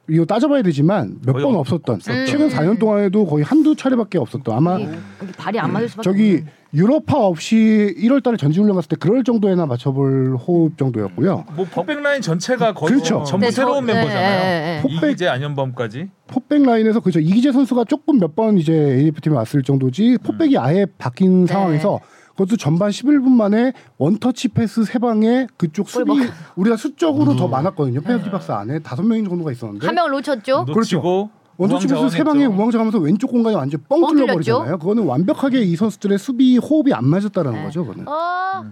D: 이거 따져봐야 되지만 몇
B: 거의
D: 번
B: 없-
D: 없었던
B: 없었죠.
D: 최근 4년 동안에도 거의 한두 차례밖에 없었던 아마
A: 이게- 이게 발이 안 맞을 수밖에.
D: 저기
A: 없네.
D: 유로파 없이 1월 달에 전지훈련 갔을 때 그럴 정도에나 맞춰볼 호흡 정도였고요.
B: 뭐 퍼백 라인 전체가 거의
D: 그렇죠.
B: 뭐 전부
A: 네, 저-
B: 새로운
A: 네, 네,
B: 멤버잖아요.
D: 네. 퍼펙-
B: 이기재 안현범까지.
D: 포백 라인에서 그죠 이기재 선수가 조금 몇 번 이제 AF팀에 왔을 정도지 포백이 아예 바뀐
A: 네.
D: 상황에서 그것도 전반 11분 만에 원터치 패스 세 방에 그쪽 수비
A: 골
D: 우리가 수적으로 더 많았거든요. 페널티 박스 안에 다섯 명 정도가 있었는데
A: 한 명을
B: 어?
A: 놓쳤죠.
B: 놓치고
D: 원투 치면서 세 방에
B: 우왕좌왕했죠.
D: 우왕좌왕하면서 왼쪽 공간이 완전 뻥
A: 뻥 뚫렸죠.
D: 뚫려버리잖아요. 그거는 완벽하게 이 선수들의 수비 호흡이 안 맞았다라는
A: 네.
D: 거죠. 그거는
A: 어.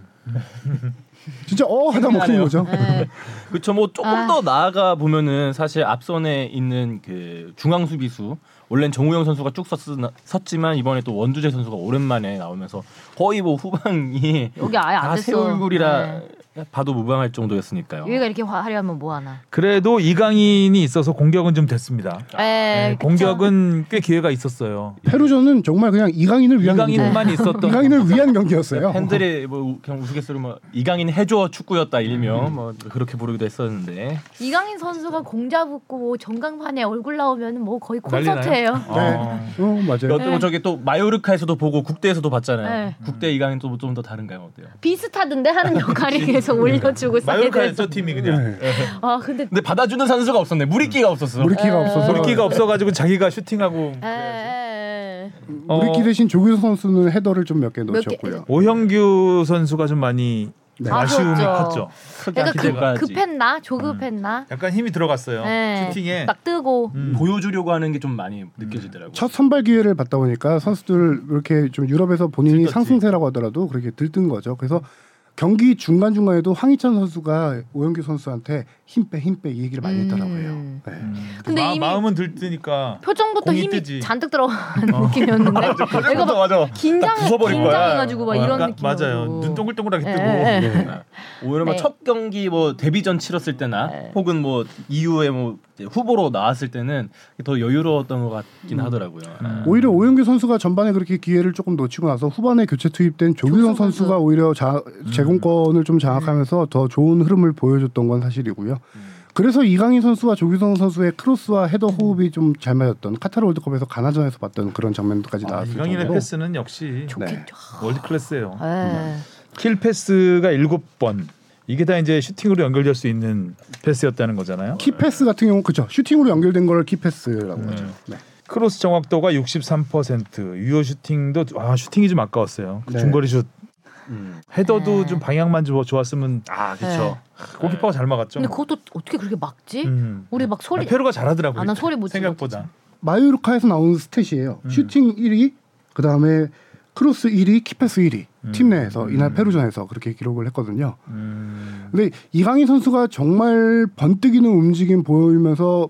D: 진짜 어 하다 먹힌
C: 생각나네요.
D: 거죠.
A: 네.
C: 그쵸 뭐 조금
A: 아.
C: 더 나아가 보면은 사실 앞선에 있는 그 중앙 수비수 원래는 정우영 선수가 쭉 섰으나, 섰지만 이번에 또 원두재 선수가 오랜만에 나오면서 거의 뭐 후방이
A: 여기 아예 안
C: 다
A: 됐어. 네.
C: 새 얼굴이라 봐도 무방할 정도였으니까요.
A: 여기가 이렇게 화- 화려하면 뭐 하나.
B: 그래도 이강인이 있어서 공격은 좀 됐습니다.
A: 에
B: 예, 공격은 꽤 기회가 있었어요.
D: 페루전은 정말 그냥 이강인을 위한
A: 네.
B: 이강인만
D: 경기.
B: 있었던
D: 이강인을 위한 경기였어요.
C: 팬들이 뭐 우- 그냥 우스갯소리 뭐 이강인 해줘 축구였다
D: 음.
C: 일명 뭐 그렇게 부르기도 했었는데
A: 이강인 선수가 공자 붙고 전광판에 얼굴 나오면 뭐 거의
B: 난리나요?
A: 콘서트예요.
B: 어.
D: 어 맞아요.
C: 어떤 저기 또 마요르카에서도 보고 국대에서도 봤잖아요.
A: 네.
C: 국대 이강인 좀 좀 더 다른가요 어때요?
A: 비슷하던데 하는 역할이 계속 올려주고
B: 마요르카의
A: 사이드에서.
B: 저 팀이
D: 네.
B: 그냥
A: 아 근데
C: 근데 받아주는 선수가 없었네. 무리끼가 없었어.
D: 무리키가 없어서
B: 무리끼가 없어가지고 자기가 슈팅하고
A: 에, 에, 에, 네.
B: 어.
D: 우리끼 대신 조규성 선수는 헤더를 좀 몇 개
A: 몇 개-
D: 놓쳤고요.
B: 오형규 선수가 좀 많이
D: 네.
A: 아,
B: 아쉬움이
A: 그렇죠.
B: 컸죠.
C: 크게
A: 그러니까 급,
C: 기대까지
A: 급했나? 조급했나?
B: 약간 힘이 들어갔어요.
A: 네.
B: 슈팅에
A: 막 뜨고
B: 음.
C: 보여주려고 하는 게 좀 많이 느껴지더라고요.
D: 첫 선발 기회를 받다 보니까 선수들 이렇게 좀 유럽에서 본인이
C: 들떴지.
D: 상승세라고 하더라도 그렇게 들뜬 거죠. 그래서 경기 중간 중간에도 황희찬 선수가 오영규 선수한테 힘 빼 힘 빼 이 얘기를 많이 했더라고요.
A: 음.
D: 네.
B: 음.
A: 근데
B: 마,
A: 이미-
B: 마음은 들뜨니까
A: 표정부터
B: 공이
A: 힘이
B: 뜨지.
A: 잔뜩 들어간 느낌이었는데 내가 막
C: 맞아.
A: 긴장
C: 다 부숴버릴 거야.
A: 긴장해가지고 막
B: 어,
A: 이런
B: 약간
A: 느낌
B: 맞아요. 눈 동글동글하게 뜨고
A: 예, 예.
C: 네. 오히려
A: 네.
C: 막첫 경기 뭐 데뷔전 치렀을 때나
A: 네.
C: 혹은 뭐 이후에 뭐 이제 후보로 나왔을 때는 더 여유로웠던 것
D: 음.
C: 같긴 하더라고요.
B: 음.
C: 아.
D: 오히려 오영규 선수가 전반에 그렇게 기회를 조금 놓치고 나서 후반에 교체 투입된 조규성
A: 조규성 선수.
D: 선수가 오히려 자,
B: 음.
D: 제공권을 좀 장악하면서
B: 네.
D: 더 좋은 흐름을 보여줬던 건 사실이고요.
B: 음.
D: 그래서 이강인 선수와 조규성 선수의 크로스와 헤더 호흡이 좀 잘 맞았던 카타르 월드컵에서 가나전에서 봤던 그런 장면까지
B: 아,
D: 나왔을
B: 이강인의
D: 정도로
B: 패스는 역시
A: 좋겠죠.
B: 월드 클래스예요.
A: 예.
B: 킬 패스가 7번. 이게 다 이제 슈팅으로 연결될 수 있는 패스였다는 거잖아요.
D: 키패스 같은 경우 그죠 슈팅으로 연결된 걸 키패스라고
B: 음.
D: 하죠. 네.
B: 크로스 정확도가 63%, 유효 슈팅도 아 슈팅이 좀 아까웠어요. 그
D: 네.
B: 중거리 슛. 헤더도
A: 네.
B: 좀 방향만 좀 좋았으면
C: 아 그렇죠.
B: 골키퍼가 잘 막았죠.
A: 근데 그것도 어떻게 그렇게 막지?
B: 음.
A: 우리 막 소리
B: 아, 페루가 잘하더라고요.
A: 아, 난 소리 못
B: 생각보다.
D: 마요르카에서 나온 스탯이에요.
B: 음.
D: 슈팅 1위, 그 다음에 크로스 1위, 키패스 1위. 팀 내에서 이날 페루전에서 그렇게 기록을 했거든요.
B: 음.
D: 근데 이강인 선수가 정말 번뜩이는 움직임 보이면서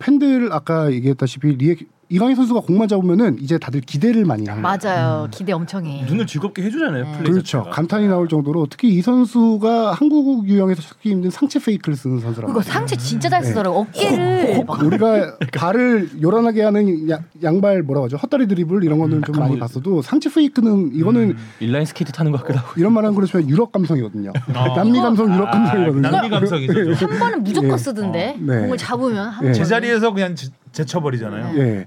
D: 팬들 아까 얘기했다시피 리액 이강인 선수가 공만 잡으면은 이제 다들 기대를 많이 합니다.
A: 맞아요. 기대 엄청 해.
C: 눈을 즐겁게 해주잖아요.
A: 네.
C: 플레이
D: 그렇죠.
C: 자체가.
D: 감탄이 나올 정도로 특히 이 선수가 한국 유형에서 찾기 힘든 상체 페이크를 쓰는 선수라고.
A: 그거 상체 진짜
D: 네.
A: 잘 쓰더라고. 어깨를 막
D: 우리가 발을 요란하게 하는 야- 양발 뭐라고 하죠? 헛다리 드리블 이런 거는 좀 많이
C: 뭐-
D: 봤어도 상체 페이크는 이거는
C: 인라인 스케이트 타는 것 같기도 하고.
D: 이런 말하면 그렇지만 유럽 감성이거든요. 아. 남미 감성, 유럽 감성이거든요.
B: 아. 남미 감성이죠. 좀.
A: 한 번은 무조건
D: 예.
A: 쓰던데.
D: 어, 네.
A: 공을 잡으면 한 번은.
D: 예.
B: 제자리에서 그냥 제- 제쳐버리잖아요.
A: 네.
D: 예.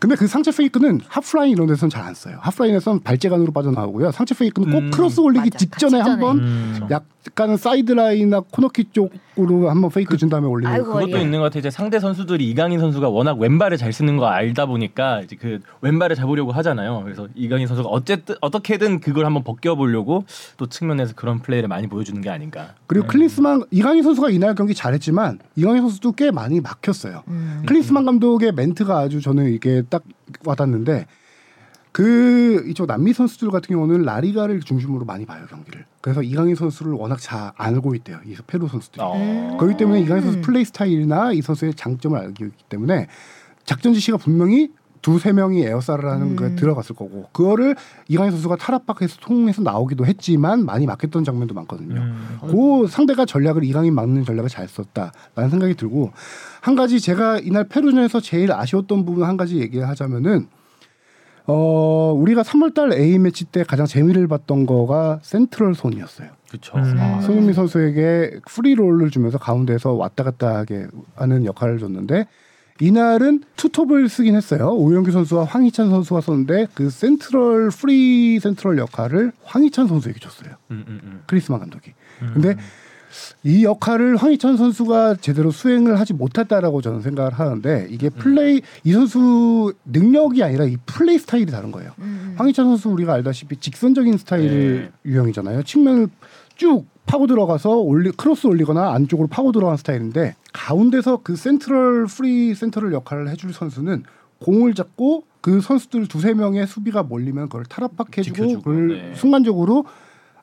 D: 근데 그 상체 페이크는 하프라인 이런 데서는 잘 안 써요. 하프라인에서는 발재간으로 빠져나오고요. 상체 페이크는 꼭
C: 음.
D: 크로스 올리기
A: 맞아.
D: 직전에
A: 같이
D: 한번
B: 음.
D: 약간 사이드라인이나 코너킥 쪽으로 한번 페이크 준 다음에 올리는
A: 아이고,
D: 그-
C: 그것도
A: 머리에.
C: 있는 것 같아요. 이제 상대 선수들이 이강인 선수가 워낙 왼발을 잘 쓰는 거 알다 보니까 이제 그 왼발을 잡으려고 하잖아요. 그래서 이강인 선수가 어쨌든 어떻게든 그걸 한번 벗겨보려고 또 측면에서 그런 플레이를 많이 보여주는 게 아닌가.
D: 그리고 클린스만 이강인 선수가 이날 경기 잘했지만 이강인 선수도 꽤 많이 막혔어요.
A: 음.
D: 클린스만 감독의 멘트가 아주 저는 이게 딱 와닿는데 그 이쪽 남미 선수들 같은 경우는 라리가를 중심으로 많이 봐요 경기를. 그래서 이강인 선수를 워낙 잘 알고 있대요. 이 페루 선수들이.
B: 아.
C: 어.
A: 음.
D: 그렇기 때문에 이강인 선수 플레이 스타일이나 이 선수의 장점을 알기 때문에 작전 지시가 분명히 두세 명이 에어사를 하는 거에 들어갔을 거고 그거를 이강인 선수가 탈압박해서 통해서 나오기도 했지만 많이 막혔던 장면도 많거든요.
B: 음.
D: 그 상대가 전략을 이강인 막는 전략을 잘 썼다라는 생각이 들고 한 가지 제가 이날 페루전에서 제일 아쉬웠던 부분 한 가지 얘기하자면은 어 우리가 3월달 A 매치 때 가장 재미를 봤던 거가 센트럴 손이었어요.
C: 그렇죠.
B: 음,
D: 아. 손흥민 선수에게 프리롤을 주면서 가운데서 왔다 갔다 하게 하는 역할을 줬는데 이날은 투톱을 쓰긴 했어요. 오영규 선수와 황희찬 선수가 썼는데 그 센트럴 프리 센트럴 역할을 황희찬 선수에게 줬어요.
C: 음, 음, 음.
D: 크리스만 감독이. 근데 이 역할을 황희찬 선수가 제대로 수행을 하지 못했다라고 저는 생각을 하는데 이게
C: 음.
D: 플레이 이 선수 능력이 아니라 이 플레이 스타일이 다른 거예요. 황희찬 선수 우리가 알다시피 직선적인 스타일
C: 네.
D: 유형이잖아요. 측면을 쭉 파고 들어가서 올리 크로스 올리거나 안쪽으로 파고 들어간 스타일인데 가운데서 그 센트럴 프리 센터를 역할을 해줄 선수는 공을 잡고 그 선수들 두세 명의 수비가 몰리면 그걸
C: 지켜주고,
D: 탈압박해주고 그걸
C: 네.
D: 순간적으로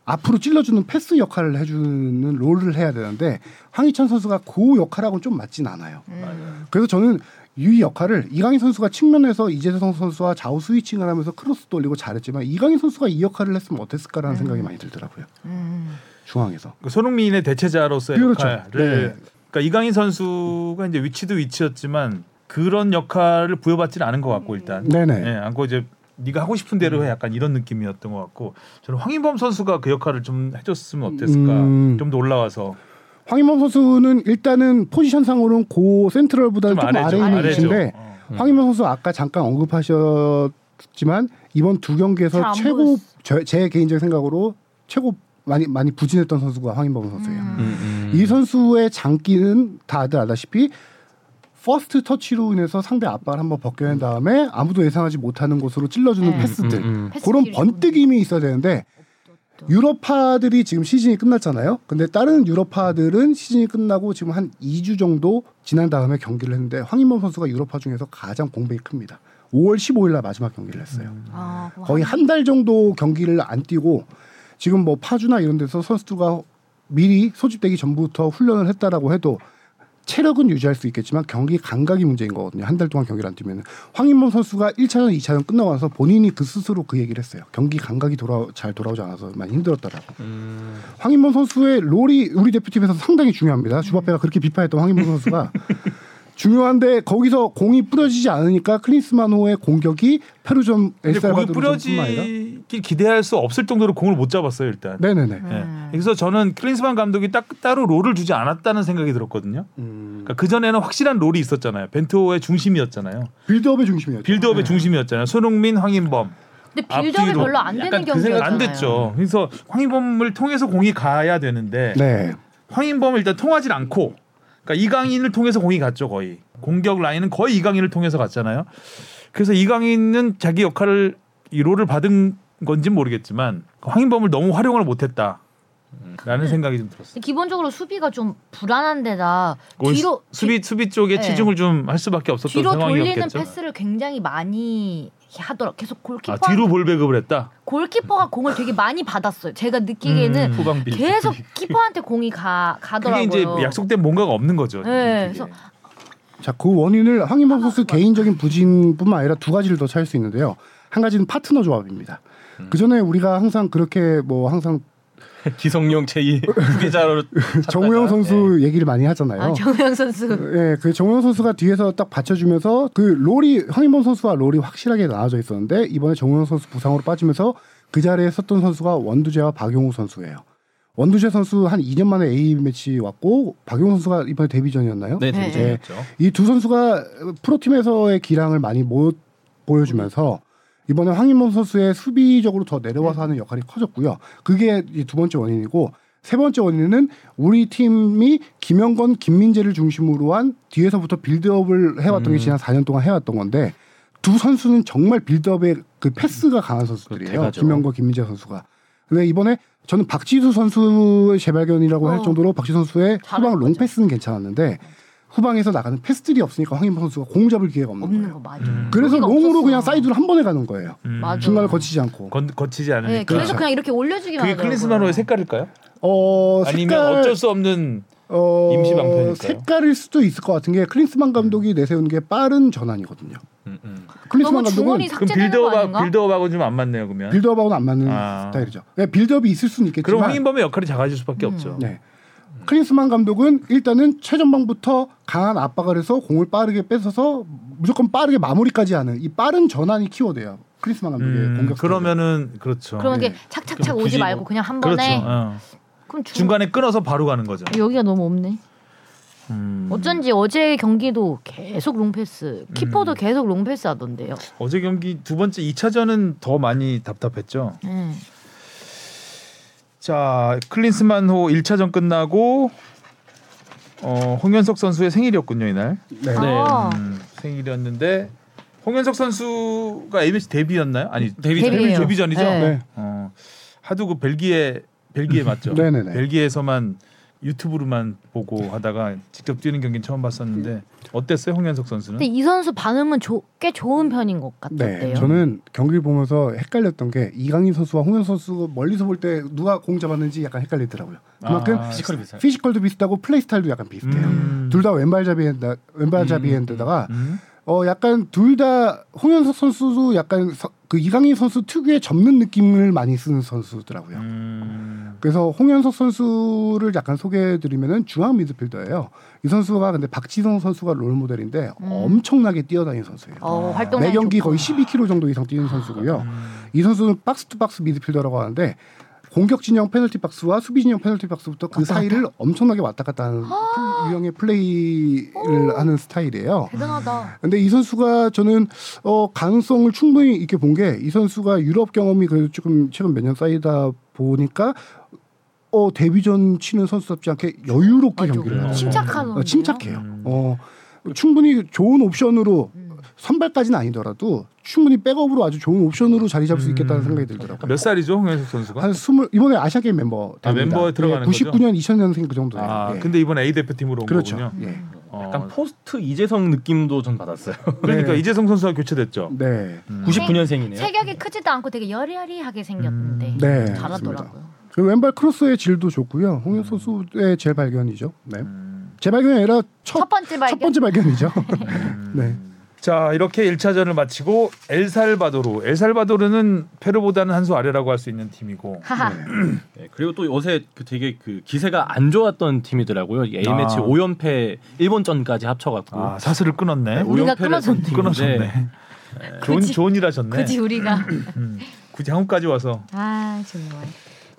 D: 앞으로 찔러주는 패스 역할을 해주는 롤을 해야 되는데 황희찬 선수가 그 역할하고는 좀 맞진 않아요.
A: 음.
D: 그래서 저는 이 역할을 이강인 선수가 측면에서 이재성 선수와 좌우 스위칭을 하면서 크로스도 올리고 잘했지만 이강인 선수가 이 역할을 했으면 어땠을까라는 생각이 많이 들더라고요.
A: 음.
D: 중앙에서.
B: 그 손흥민의 대체자로서의
D: 그렇죠.
B: 역할을
D: 네.
B: 그러니까 이강인 선수가 이제 위치도 위치였지만 그런 역할을 부여받지는 않은 것 같고 일단
D: 네네.
B: 예, 않고 이제 네가 하고 싶은 대로 해 약간 이런 느낌이었던 것 같고 저는 황인범 선수가 그 역할을 좀 해줬으면 어땠을까
D: 음.
B: 좀 더 올라와서
D: 황인범 선수는 일단은 포지션상으로는 고 센트럴보다는
B: 좀
D: 좀,
B: 아래죠
D: 아래인
B: 아래죠
D: 위치인데
B: 어.
D: 음. 황인범 선수 아까 잠깐 언급하셨지만 이번 두
A: 잘안
D: 경기에서 최고
A: 보였어.
D: 저- 제 개인적인 생각으로 최고 많이 많이 부진했던
A: 음.
D: 선수가 황인범 선수예요.
C: 음, 음.
D: 이 선수의 장기는 다들 알다시피 퍼스트 터치로 인해서 상대 앞발 한번 벗겨낸 다음에 아무도 예상하지 못하는 곳으로 찔러주는
A: 네.
D: 패스들
C: 음,
A: 패스
D: 그런
A: 길이
D: 번뜩임이 있어야 되는데 유럽파들이 지금 시즌이 끝났잖아요. 근데 다른 유럽파들은 시즌이 끝나고 지금 한 2주 정도 지난 다음에 경기를 했는데 황인범 선수가 유럽파 중에서 가장 공백이 큽니다. 5월 15일 날 마지막 경기를 했어요.
C: 음.
A: 아, 그럼
D: 거의 한 달 정도 경기를 안 뛰고 지금 뭐 파주나 이런 데서 선수가 미리 소집되기 전부터 훈련을 했다라고 해도 체력은 유지할 수 있겠지만 경기 감각이 문제인 거거든요. 한 달 동안 경기를 안 뛰면 황인범 선수가 1차전, 2차전 끝나고 나서 본인이 그 스스로 그 얘기를 했어요. 경기 감각이 돌아 잘 돌아오지 않아서 많이 힘들었다라고.
C: 음,
D: 황인범 선수의 롤이 우리 대표팀에서 상당히 중요합니다. 주바페가 그렇게 비판했던 황인범 선수가 중요한데 거기서 공이 뿌려지지 않으니까 클린스만호의 공격이 페루점
B: 근데 공이
D: 엘살바도르뿐만 아니라
B: 뿌려지길 기대할 수 없을 정도로 공을 못 잡았어요 일단.
D: 네네네.
B: 예. 그래서 저는 클린스만 감독이 딱 따로 롤을 주지 않았다는 생각이 들었거든요.
D: 음,
B: 그러니까 그 전에는 확실한 롤이 있었잖아요. 벤투호의 중심이었잖아요.
D: 빌드업의 중심이었죠.
B: 빌드업의 중심이었잖아요. 손흥민, 황인범
A: 근데 빌드업이
B: 앞뒤로
A: 별로 안
C: 약간
A: 되는
C: 그
A: 경기였잖아요.
C: 생각-
A: 네.
B: 안 됐죠. 그래서 황인범을 통해서 공이 가야 되는데
D: 네.
B: 황인범을 일단 통하지 않고 그러니까 이강인을 통해서 공이 갔죠 거의 공격 라인은 거의 이강인을 통해서 갔잖아요. 그래서 이강인은 자기 역할을 이 롤을 받은 건지 는 모르겠지만 황인범을 너무 활용을 못했다라는 생각이 좀 들었어요.
A: 근데 기본적으로 수비가 좀 불안한 데다
B: 골
A: 뒤로
B: 수- 수비 수비 쪽에
A: 네.
B: 치중을 좀 할 수밖에
A: 뒤-
B: 없었던
A: 뒤로 돌리는
B: 상황이었겠죠.
A: 패스를 굉장히 많이 하더라. 계속
B: 아,
A: 골키퍼
B: 뒤로 볼백업을 했다.
A: 골키퍼가 공을 되게 많이 받았어요. 제가 느끼기에는
B: 음, 후방 빌.
A: 계속 키퍼한테 공이 가
B: 그게
A: 가더라고요.
B: 이제 약속된 뭔가가 없는 거죠.
A: 네,
B: 그게.
A: 그래서
D: 자, 그 원인을 황인범 선수 개인적인 부진뿐만 아니라 두 가지를 더 찾을 수 있는데요. 한 가지는 파트너 조합입니다.
B: 음.
D: 그 전에 우리가 항상 그렇게 뭐 항상
C: 기성용 제2 후계자로 찾다가,
D: 정우영 선수
B: 네.
D: 얘기를 많이 하잖아요.
A: 아, 정우영 선수
D: 예, 그 정우영 선수가 뒤에서 딱 받쳐주면서 그 롤이 황인범 선수와 롤이 확실하게 나눠져 있었는데 이번에 정우영 선수 부상으로 빠지면서 그 자리에 섰던 선수가 원두재와 박용우 선수예요. 원두재 선수 한 2년 만에 A 매치 왔고 박용우 선수가 이번에 데뷔전이었나요?
C: 네,
A: 네.
C: 네, 네. 죠
D: 이 두 선수가 프로팀에서의 기량을 많이 못 보여주면서 이번에 황인범 선수의 수비적으로 더 내려와서 하는 역할이 커졌고요. 그게 이두 번째 원인이고 세 번째 원인은 우리 팀이 김영건, 김민재를 중심으로 한 뒤에서부터 빌드업을 해왔던 게
C: 음.
D: 지난 4년 동안 해왔던 건데 두 선수는 정말 빌드업의 그 패스가 강한 선수들이에요.
C: 대가죠.
D: 김영건, 김민재 선수가. 근데 이번에 저는 박지수 선수의 재발견이라고 할
A: 어.
D: 정도로 박지수 선수의
A: 잘하는
D: 후방
A: 거죠.
D: 롱패스는 괜찮았는데 후방에서 나가는 패스들이 없으니까 황인범 선수가 공잡을 기회가 없는
A: 없는
D: 거예요.
A: 거 맞아.
D: 그래서
A: 여기가
D: 롱으로
A: 없었어.
D: 그냥 사이드로 한 번에 가는 거예요.
B: 음,
A: 맞아.
D: 중간을 거치지 않고.
B: 건, 거치지
A: 네,
B: 않으니까.
A: 그래서 그냥 이렇게 올려주기만
B: 그러니까. 그게
A: 하더라고요.
B: 클린스만호의 색깔일까요?
D: 어,
B: 아니면
D: 색깔-
B: 어쩔 수 없는
D: 어,
B: 임시 방편일까요? 음.
D: 색깔일 수도 있을 것 같은 게 클린스만 감독이 내세운 게 빠른 전환이거든요.
C: 음, 음.
D: 클린스만
A: 너무
D: 감독은
A: 중원이
B: 그럼
A: 삭제되는 거
B: 빌드업하,
A: 아닌가?
B: 빌드업하고 좀 안 맞네요 그러면.
D: 빌드업하고는 안 맞는
B: 아.
D: 스타일이죠. 네, 빌드업이 있을 수는
B: 그럼
D: 있겠지만
B: 황인범의 역할이 작아질 수밖에
A: 음.
B: 없죠.
D: 네. 클린스만 감독은 일단은 최전방부터 강한 압박을 해서 공을 빠르게 뺏어서 무조건 빠르게 마무리까지 하는 이 빠른 전환이 키워드예요. 클린스만 감독의
B: 음,
D: 공격 스타일은.
B: 그러면은 그렇죠.
A: 그런 게
D: 네.
A: 착착착
C: 그럼
A: 오지
C: 굳이
A: 말고
C: 뭐-
A: 그냥 한
B: 그렇죠.
A: 번에
B: 어.
A: 그럼 중-
B: 중간에 끊어서 바로 가는 거죠.
A: 여기가 너무 없네.
B: 음.
A: 어쩐지 어제 경기도 계속 롱패스, 키퍼도 계속 롱패스 하던데요.
B: 어제 경기 두 번째 2차전은 더 많이 답답했죠.
A: 네.
B: 자 클린스만호 1차전 끝나고 어, 홍현석 선수의 생일이었군요 이날.
D: 네.
C: 네.
A: 아,
B: 음, 생일이었는데 홍현석 선수가 ABC 데뷔였나요? 아니
C: 데뷔
A: 데뷔. 데뷔예요.
B: 데뷔전이죠.
A: 네.
D: 네.
B: 어, 하도 그 벨기에 벨기에 맞죠?
D: 네네네.
B: 벨기에에서만 유튜브로만 보고 하다가 직접 뛰는 경기는 처음 봤었는데 어땠어요 홍현석 선수는?
A: 근데 이 선수 반응은 조- 꽤 좋은 편인 것 같던데요.
D: 네, 저는 경기를 보면서 헷갈렸던 게 이강인 선수와 홍현 선수 멀리서 볼 때 누가 공 잡았는지 약간 헷갈리더라고요. 그만큼
B: 아,
C: 피지컬이 비슷해요.
D: 피지컬도 비슷하고 플레이 스타일도 약간 비슷해요.
B: 음.
D: 둘 다 왼발잡이엔다 왼발잡이엔데다가
B: 음?
D: 어 약간 둘 다 홍현석 선수도 약간 서- 그 이강인 선수 특유의 접는 느낌을 많이 쓰는 선수더라고요.
B: 음.
D: 그래서 홍현석 선수를 약간 소개해드리면은 중앙 미드필더예요. 이 선수가 근데 박지성 선수가 롤 모델인데 엄청나게 뛰어다니는 선수예요.
A: 어, 활동
D: 매네 경기 거의 12km 정도 이상 뛰는 선수고요. 이 선수는 박스 투 박스 미드필더라고 하는데 공격 진영 페널티 박스와 수비 진영 페널티 박스부터
A: 아,
D: 그 사이를 엄청나게 왔다 갔다 하는 플- 유형의
A: 어.
D: 플레이를 하는 스타일이에요.
A: 대단하다.
D: 근데 이 선수가 저는 어 가능성을 충분히 있게 본 게 이 선수가 유럽 경험이 그래도 조금 최근 몇 년 쌓이다 보니까 어 데뷔전 치는 선수답지 않게 여유롭게
A: 아주
D: 경기를 하는
A: 침착한
D: 어, 침착해요.
B: 음.
D: 어 충분히 좋은 옵션으로
A: 음.
D: 선발까지는 아니더라도 충분히 백업으로 아주 좋은 옵션으로 자리 잡을 수 있겠다는
A: 음.
D: 생각이 들더라고요.
B: 몇 살이죠 홍현석 선수가?
D: 한 스물 이번에 아시안 게임 멤버
B: 아,
D: 됩니다.
B: 멤버에 들어가는
D: 99년 2000년생 그 정도.
B: 아
D: 예.
B: 근데 이번 A 대표팀으로 온
D: 그렇죠.
B: 거군요.
D: 예.
B: 어,
C: 약간 포스트 이재성 느낌도 전 받았어요.
B: 그러니까
D: 네.
B: 이재성 선수가 교체됐죠.
D: 네.
B: 음.
C: 99년생이네요.
A: 체격이 크지도 않고 되게 여리여리하게 생겼는데
B: 음.
D: 네,
A: 잘하더라고요.
D: 그 왼발 크로스의 질도 좋고요. 홍현 선수의 재발견이죠. 네.
B: 음.
D: 재발견이 아니라 첫,
A: 첫 번째 발견.
D: 첫 번째 발견이죠. 네.
B: 자 이렇게 1차전을 마치고 엘살바도르. 엘살바도르는 페루보다는 한 수 아래라고 할 수 있는 팀이고.
A: 하하.
C: 네, 그리고 또 요새 그 되게 그 기세가 안 좋았던 팀이더라고요. A
B: 아.
C: 매치 5연패 일본전까지 합쳐갖고
B: 아 사슬을 끊었네.
A: 네, 우리가 끊어졌네.
B: 끊어졌네.
C: 끊어졌네.
B: 좋은
A: 굳이-
B: 좋은 일하셨네.
A: 굳이 우리가
B: 음. 굳이 한국까지 와서
A: 아 정말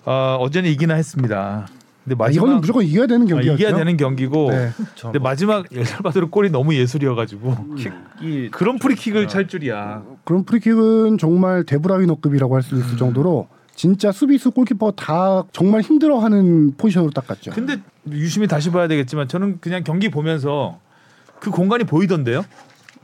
B: 아, 어제는 이기나 했습니다. 근데 마지막
D: 이거는 무조건 이겨야 되는
B: 아,
D: 경기였죠.
B: 이겨야 되는 경기고.
D: 네.
B: 근데 마지막 엘살바도르 골이 너무 예술이어가지고
D: 음.
C: 킥이
B: 그런 프리킥을 찰 줄이야.
D: 그럼 프리킥은 정말 데브라위너급이라고 할 수 있을
B: 음.
D: 정도로 진짜 수비수 골키퍼 다 정말 힘들어하는 포지션으로 닦았죠.
B: 근데 유심히 다시 봐야 되겠지만 저는 그냥 경기 보면서 그 공간이 보이던데요.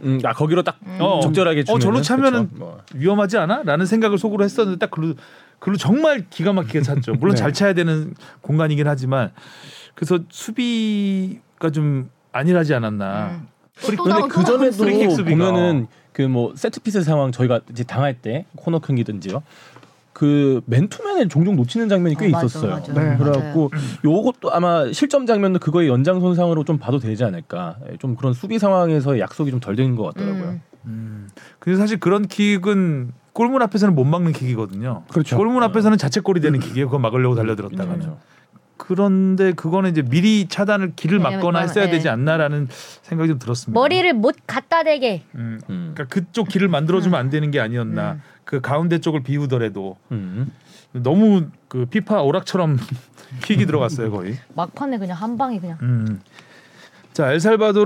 C: 음, 아 거기로 딱
B: 어,
C: 적절하게
B: 어, 절로
C: 주면은,
B: 차면은
C: 그쵸? 뭐.
B: 위험하지 않아?라는 생각을 속으로 했었는데 딱 글로 글로 정말 기가 막히게 찼죠. 물론
D: 네.
B: 잘 차야 되는 공간이긴 하지만 그래서 수비가 좀 안일하지 않았나.
A: 음.
B: 프리-
A: 또
C: 근데
A: 나오고
C: 그
A: 또 나오고
C: 전에도
A: 있어요.
B: 프리킥 수비가.
C: 보면은 그 뭐 세트피스 상황 저희가 이제 당할 때 코너 큰기든지요. 그 맨투맨을 종종 놓치는 장면이 꽤
A: 어, 맞아,
C: 있었어요.
A: 맞아. 음.
D: 네.
C: 그래갖고 요것도 아마 실점 장면도 그거의 연장 손상으로 좀 봐도 되지 않을까. 예, 좀 그런 수비 상황에서의 약속이 좀 덜 되는 것 같더라고요.
A: 음.
B: 음. 근데 사실 그런 킥은 골문 앞에서는 못 막는 킥이거든요.
D: 그렇죠. 음.
B: 골문 앞에서는 자책골이 되는 킥이에요. 그거 막으려고 달려들었다가는.
C: 그렇죠.
B: 그런데 그거는 이제 미리 차단을 길을
A: 왜냐면
B: 막거나
A: 그건-
B: 했어야
A: 예.
B: 되지 않나라는 생각이 좀 들었습니다.
A: 머리를 못 갖다 대게
B: 음.
C: 음.
B: 그러니까 그쪽 길을 만들어주면 안 되는 게
A: 음.
B: 아니었나. 그 가운데 쪽을 비우더라도
C: 음.
B: 너무 그 피파 오락처럼 킥이 들어갔어요 거의.
A: 막판에 그냥 한 방에 그냥
B: 음. 자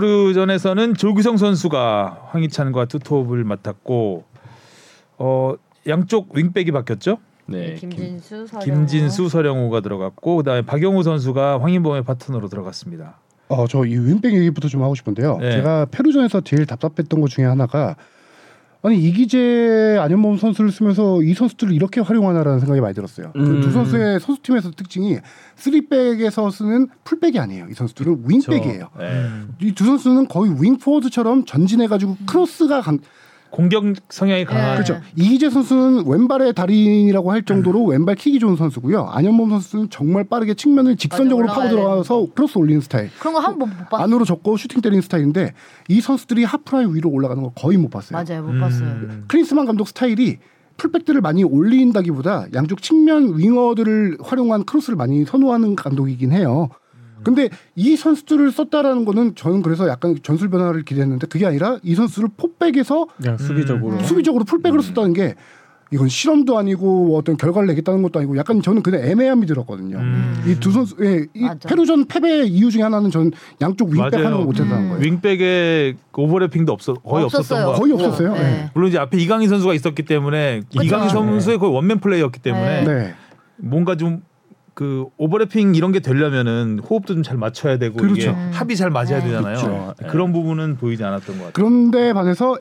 B: 엘살바도르전에서는 조규성 선수가 황희찬과 투톱을 맡았고 어 양쪽 윙백이 바뀌었죠.
C: 네.
A: 김진수 서령
B: 김진수, 서령호가 들어갔고 그다음에 박영호 선수가 황인범의 파트너로 들어갔습니다.
D: 어, 저 이 윈백 얘기부터 좀 하고 싶은데요.
B: 네.
D: 제가 페루전에서 제일 답답했던 것 중에 하나가 아니 이기재 안현범 선수를 쓰면서 이 선수들을 이렇게 활용하나라는 생각이 많이 들었어요. 그
C: 음.
D: 두 선수의 선수팀에서 특징이 쓰리백에서 쓰는 풀백이 아니에요. 이 선수들은 윙백이에요.
C: 저- 네.
D: 이 두 선수는 거의 윙포워드처럼
A: 음.
D: 전진해가지고 크로스가 강,
B: 공격 성향이 강한
A: 네.
D: 그렇죠. 이기재 선수는 왼발의 달인이라고 할 정도로 왼발 킥이 좋은 선수고요. 안현범 선수는 정말 빠르게 측면을 직선적으로
A: 맞아,
D: 파고
A: 올라가야
D: 들어가서 크로스 올리는 스타일.
A: 그런 거 한 번 못 봤어요.
D: 안으로 접고 슈팅 때리는 스타일인데 이 선수들이 하프라인 위로 올라가는 걸 거의 못 봤어요.
A: 맞아요, 못
B: 음.
A: 봤어요.
D: 클린스만 감독 스타일이 풀백들을 많이 올린다기보다 양쪽 측면 윙어들을 활용한 크로스를 많이 선호하는 감독이긴 해요. 근데 이 선수들을 썼다라는 거는 저는 그래서 약간 전술 변화를 기대했는데 그게 아니라 이 선수를 포백에서
C: 그냥 수비적으로.
D: 수비적으로 풀백으로 썼다는 게 이건 실험도 아니고 어떤 결과를 내겠다는 것도 아니고 약간 저는 그냥 애매함이 들었거든요.
B: 음.
D: 이 두 선수, 예, 이
A: 맞아.
D: 페루전 패배의 이유 중에 하나는 저는 양쪽 윙백
B: 맞아요.
D: 하는 걸 못했다는
A: 음.
D: 거예요.
B: 윙백에 오버래핑도 없어 거의 없었던 거
D: 거의 없었어요.
A: 네.
D: 네.
B: 물론 이제 앞에 이강인 선수가 있었기 때문에
A: 그쵸.
B: 이강인 선수의 거의 원맨 플레이였기 때문에
D: 네.
B: 뭔가 좀 그 오버래핑 이런 게 되려면은 호흡도 좀 잘 맞춰야 되고 이게
D: 그렇죠.
B: 합이 잘 맞아야
A: 네.
B: 되잖아요.
C: 그렇죠.
B: 그런 부분은 보이지 않았던 것 같아요.
D: 그런데 반해서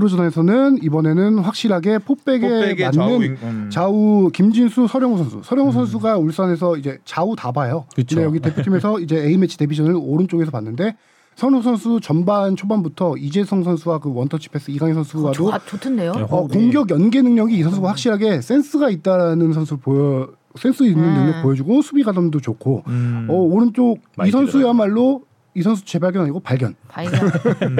D: 엘살바도르전에서는 이번에는 확실하게 포백에,
B: 포백의
D: 맞는
B: 좌우
D: 좌우,
B: 윙- 음.
D: 김진수 서령호 선수 서령호 선수가 울산에서 이제 좌우 다 봐요.
C: 음. 그쵸.
D: 근데 여기 대표팀에서 이제 A 매치 데뷔전을 오른쪽에서 봤는데 서령호 선수 전반 초반부터 이재성 선수와 그 원터치 패스 이강인 선수와도
A: 아 좋던데요.
C: 네.
D: 어, 공격 연계 능력이 이 선수가 확실하게 센스가 있다라는 선수 보여 센스 있는
A: 음.
D: 능력 보여주고 수비 가담도 좋고
B: 음.
D: 어, 오른쪽 이
C: 많이
D: 선수야말로 이 선수 재발견 아니고 발견
A: 발견. 발을
B: 음.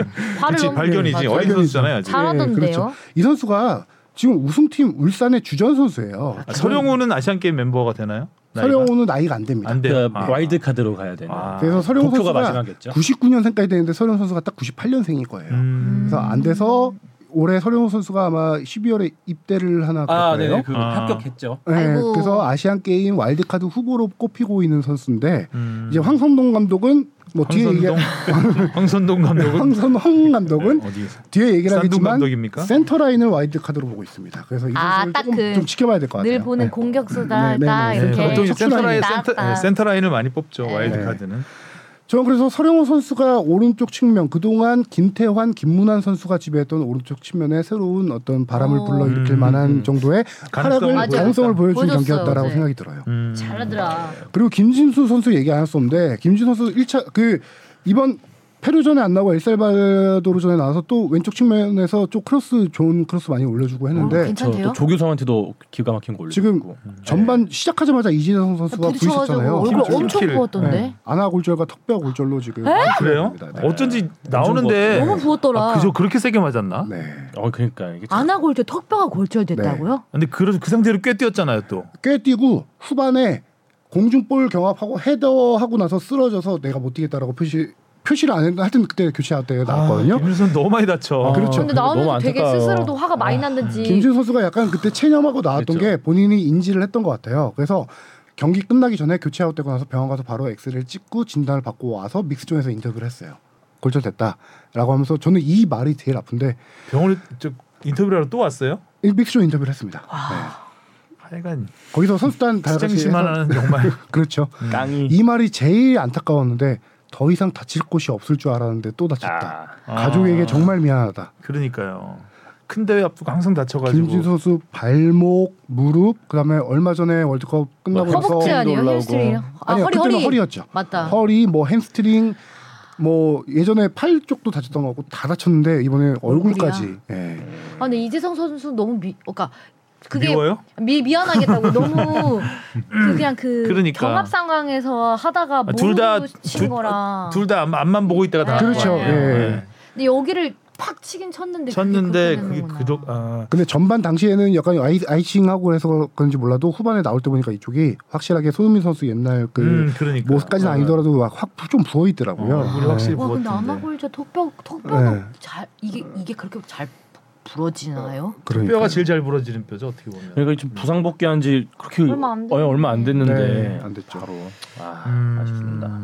B: 그치
A: 너무
B: 발견이지
A: 맞아요.
B: 어린 네,
D: 네, 발견이지.
B: 선수잖아요. 아직.
A: 잘- 잘하던데요?
D: 예, 그렇죠. 이 선수가 지금 우승팀 울산의 주전 선수예요.
B: 아, 서령우는 아시안 게임 멤버가 되나요? 나이가?
D: 서령호는 나이가 안 됩니다.
B: 안 돼요.
C: 그 와일드 카드로 가야 되는.
B: 아.
D: 그래서 서령호
C: 도쿄가
D: 선수가
C: 마지막이었죠.
D: 99년생까지 되는데 서령호 선수가 딱 98년생일 거예요.
B: 음.
D: 그래서 안 돼서 올해 서령호 선수가 아마 12월에 입대를 하나 그럴
C: 아,
D: 거예요.
C: 네, 그
B: 아.
C: 합격했죠.
D: 예,
A: 아이고.
D: 그래서 아시안 게임 와일드카드 후보로 꼽히고 있는 선수인데
B: 음.
D: 이제 황성동 감독은 뭐 뒤에 얘기
B: 황선동 황선동 감독은
D: 황선 황 감독은
B: 어디에서?
D: 뒤에 얘기를
B: 쌍둥
D: 하겠지만
B: 감독입니까?
D: 센터 라인을 와일드 카드로 보고 있습니다. 그래서 이
A: 아,
D: 선수를
A: 딱
D: 조금
A: 그
D: 좀 지켜봐야 될 것 같아요.
A: 늘 보는
D: 네.
A: 공격수다
D: 네, 네,
A: 딱
D: 네.
B: 네,
A: 이렇게
B: 보통 이제
D: 척추라인.
B: 센터라인
A: 딱,
B: 센터,
A: 딱.
B: 네, 센터라인을 많이 뽑죠
A: 아. 네.
B: 와일드 카드는.
D: 저는 그래서 서령호 선수가 오른쪽 측면 그동안 김태환, 김문환 선수가 지배했던 오른쪽 측면에 새로운 어떤 바람을
A: 어.
D: 불러일으킬
B: 음,
D: 만한
B: 음.
D: 정도의
B: 가능성을
D: 활약을
A: 보여줬다.
D: 가능성을 보여준
A: 보여줬어요,
D: 경기였다라고
A: 네.
D: 생각이 들어요.
B: 음.
A: 잘하더라.
D: 그리고 김진수 선수 얘기 안 했었는데 김진수 선수 1차 그 이번 페루전에 안 나오고 엘살바도르전에 나와서 또 왼쪽 측면에서 좀 크로스 좋은 크로스 많이 올려주고 했는데
A: 어, 괜찮대요?
C: 또 조규성한테도 기가 막힌 걸
D: 지금
C: 올리고.
B: 음,
C: 음.
B: 네.
D: 전반 시작하자마자 이재성 선수가
A: 부딪혀가지고
D: 부딪혔잖아요.
A: 얼굴
B: 김치를.
A: 엄청
B: 김치를.
A: 부었던데.
D: 안아 골절과 턱뼈 골절로 지금
B: 그래요?
D: 네.
B: 어쩐지 나오는데
A: 너무 부었더라.
B: 아, 그저 그렇게 세게 맞았나?
D: 네.
C: 어 그러니까 이게 참-
A: 안아 골때 턱뼈가 골절됐다고요?
B: 근데 그, 그 상태로 꽤 뛰었잖아요 또.
D: 꽤 뛰고 후반에 공중볼 경합하고 헤더하고 나서 쓰러져서 내가 못 뛰겠다라고 표시 표시를 안 했는데 하여튼 그때 교체
B: 아,
D: 때 나왔거든요.
B: 김일선 너무 많이 다쳐.
C: 아,
D: 아, 그렇죠.
A: 근데
C: 근데 너무
A: 나오면서 되게
C: 안타까워요.
A: 스스로도 화가 많이 났는지.
D: 김준 선수가 약간 그때 체념하고 나왔던
C: 그렇죠.
D: 게 본인이 인지를 했던 것 같아요. 그래서 경기 끝나기 전에 교체 아웃되고 나서 병원 가서 바로 엑스를 찍고 진단을 받고 와서 믹스존에서 인터뷰를 했어요. 골절됐다라고 하면서 저는 이 말이 제일 아픈데
B: 병원에 저 인터뷰하러 또 왔어요?
D: 이 믹스존 인터뷰를 했습니다. 네.
B: 하여간
D: 거기서 선수단 다 같이 해서-
B: 시장심만 하는 정말
D: 그렇죠.
C: 깡이
D: 이 말이 제일 안타까웠는데 더 이상 다칠 곳이 없을 줄 알았는데 또 다쳤다.
C: 아,
D: 가족에게 정말 미안하다.
B: 그러니까요. 큰 대회 앞두고 항상 아. 다쳐가지고
D: 김진 선수 발목, 무릎, 그다음에 얼마 전에 월드컵 끝나고 나서
A: 허벅지 아니에요?
C: 올라오고.
A: 헬스트링. 아,
D: 아니요,
A: 허리
D: 그때는
A: 허리.
D: 허리였죠.
A: 맞다.
D: 허리, 뭐 햄스트링, 뭐 예전에 팔 쪽도 다쳤던 거 같고 다 다쳤는데 이번에
A: 어,
D: 얼굴까지. 예.
A: 아 근데 이재성 선수 너무 미, 그러니까 그게
B: 미워요?
A: 미 미안하겠다고 너무 그 그냥 그
B: 그러니까.
A: 경합 상황에서 하다가
B: 아, 둘 다-
A: 모르고 친
B: 둘- 아,
A: 거라.
B: 둘 다 앞만 보고 있다가 다친
A: 그렇죠,
B: 거 아니에요?
D: 예.
B: 네.
A: 어. 근데 여기를 팍 치긴 쳤는데
B: 쳤는데
A: 그게
B: 그게
A: 그렇게
B: 그저
A: 되는구나.
B: 아,
D: 근데 전반 당시에는 약간 아이, 아이싱하고 해서 그런지 몰라도 후반에 나올 때 보니까 이쪽이 확실하게 손흥민 선수 옛날 그
B: 음, 그러니까
D: 모습까지는 아니더라도 막확좀 부어 있더라고요.
B: 어, 얼굴이 확실히
A: 와 근데
B: 부었던데.
A: 아마골저 턱뼈 턱뼈가
D: 네.
A: 잘 이게 이게 그렇게 잘 부러지나요?
D: 그러니까.
B: 뼈가 제일 잘 부러지는 뼈죠 어떻게 보면.
D: 예.
C: 그러니까 지금 부상 복귀한 지 그렇게
A: 얼마 안
C: 어, 얼마 안 됐는데
D: 네, 안 됐죠.
C: 바로 아,
B: 음,
C: 아쉽습니다.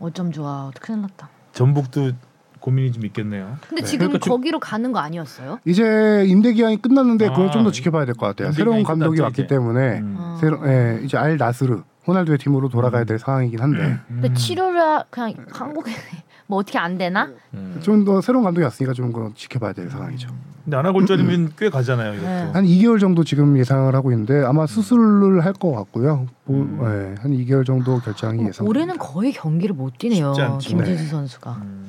A: 어쩜 좋아 큰일 났다.
B: 전북도 고민이 좀 있겠네요.
A: 근데 지금
C: 그러니까 지금-
A: 거기로 가는 거 아니었어요?
D: 이제 임대 기한이 끝났는데 그걸
B: 아,
D: 좀 더 지켜봐야 될 것 같아요.
B: 임대
D: 새로운
B: 기한이
D: 감독이
B: 끝났죠,
D: 왔기
B: 이제.
D: 때문에
B: 음.
A: 어.
D: 새로 예, 이제 알 나스르 호날두의 팀으로 돌아가야 될 상황이긴 한데
A: 근데 치료를 하- 그냥 한국에 뭐 어떻게 안 되나?
C: 음.
D: 좀 더 새로운 감독이 왔으니까 좀 그건 지켜봐야 될 상황이죠.
B: 근데
D: 음.
B: 아나골절이면 꽤 가잖아요
A: 네.
B: 이것도.
D: 한 2개월 정도 지금 예상을 하고 있는데 아마 수술을 할 것 같고요. 보,
B: 음.
D: 예, 한 2개월 정도 결정이 예상.
A: 어, 올해는 거의 경기를 못 뛰네요.
B: 쉽지 않죠.
A: 김진수
D: 네.
A: 선수가.
B: 음.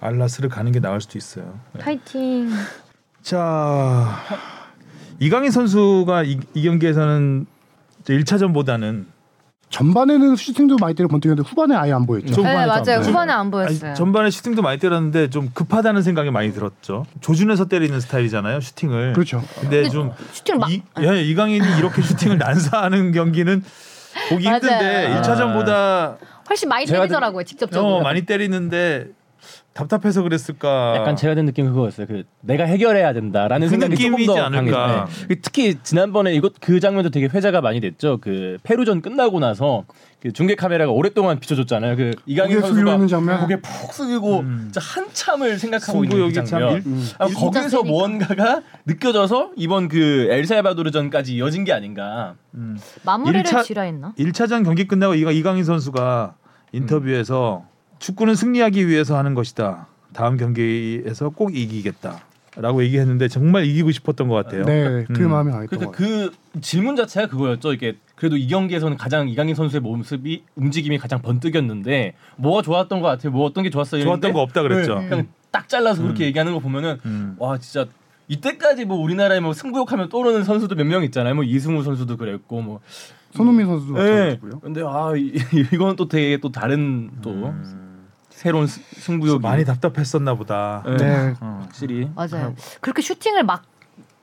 B: 알라스를 가는 게 나을 수도 있어요.
A: 음. 파이팅.
B: 자 이강인 선수가 이, 이 경기에서는 1차전보다는
D: 전반에는 슈팅도 많이 때려 번뜩였는데 후반에 아예 안 보였죠.
B: 좀-
A: 네
B: 후반에
A: 맞아요.
B: 안
A: 후반에 안
B: 아니,
A: 보였어요.
B: 전반에 슈팅도 많이 때렸는데 좀 급하다는 생각이 많이 들었죠. 조준해서 때리는 스타일이잖아요 슈팅을.
D: 그렇죠.
B: 근데 좀
A: 슈팅을 막
B: 이, 예, 이강인이 이렇게 슈팅을 난사하는 경기는 보기
A: 맞아요. 아.
B: 힘든데 1차전보다
A: 훨씬 많이
C: 제가
A: 때리더라고요 직접적으로.
B: 어, 많이 때리는데 답답해서 그랬을까.
C: 약간 제가 든 느낌 은 그거였어요. 그 내가 해결해야 된다라는
B: 그
C: 생각이 조금
B: 느낌이지
C: 더
B: 않을까.
C: 강했어요. 네. 특히 지난번에 이것 그 장면도 되게 회자가 많이 됐죠. 그 페루전 끝나고 나서 그 중계 카메라가 오랫동안 비춰줬잖아요. 그 이강인
D: 고개 숙이고
C: 선수가
D: 있는 장면.
C: 고개 푹 숙이고
B: 음.
C: 진짜 한참을 생각하고 있는
B: 승부욕이
C: 그
B: 참
C: 장면.
B: 일-
C: 아,
A: 진짜
C: 거기서
A: 세니까.
C: 뭔가가 느껴져서 이번 그 엘살바도르전까지 이어진 게 아닌가.
B: 음.
A: 마무리를
B: 일차-
A: 지라 했나?
B: 1차전 경기 끝나고 이가- 이강인 선수가 인터뷰에서 축구는 승리하기 위해서 하는 것이다. 다음 경기에서 꼭 이기겠다라고 얘기했는데 정말 이기고 싶었던 것 같아요.
D: 네, 그
B: 음.
D: 마음이 강했던 것
C: 그러니까
D: 같아요.
C: 그 질문 자체가 그거였죠. 이게 그래도 이 경기에서는 가장 이강인 선수의 모습이 움직임이 가장 번뜩였는데 뭐가 좋았던 것 같아요. 뭐 어떤 게 좋았어요.
B: 좋았던
C: 이랬는데
B: 거 없다 그랬죠.
C: 네, 그냥 딱 잘라서 그렇게 얘기하는 거 보면은
B: 음.
C: 와 진짜 이때까지 뭐 우리나라에 뭐 승부욕하면 떠오르는 선수도 몇 명 있잖아요. 뭐 이승우 선수도 그랬고 뭐.
D: 손흥민 선수도
C: 네.
D: 마찬가지고요.
C: 근데 아 이, 이건 또 되게 또 다른 또 새로운 스- 승부욕이
B: 많이 답답했었나 보다.
C: 네.
D: 네.
B: 어.
C: 확실히
A: 맞아요. 그렇게 슈팅을 막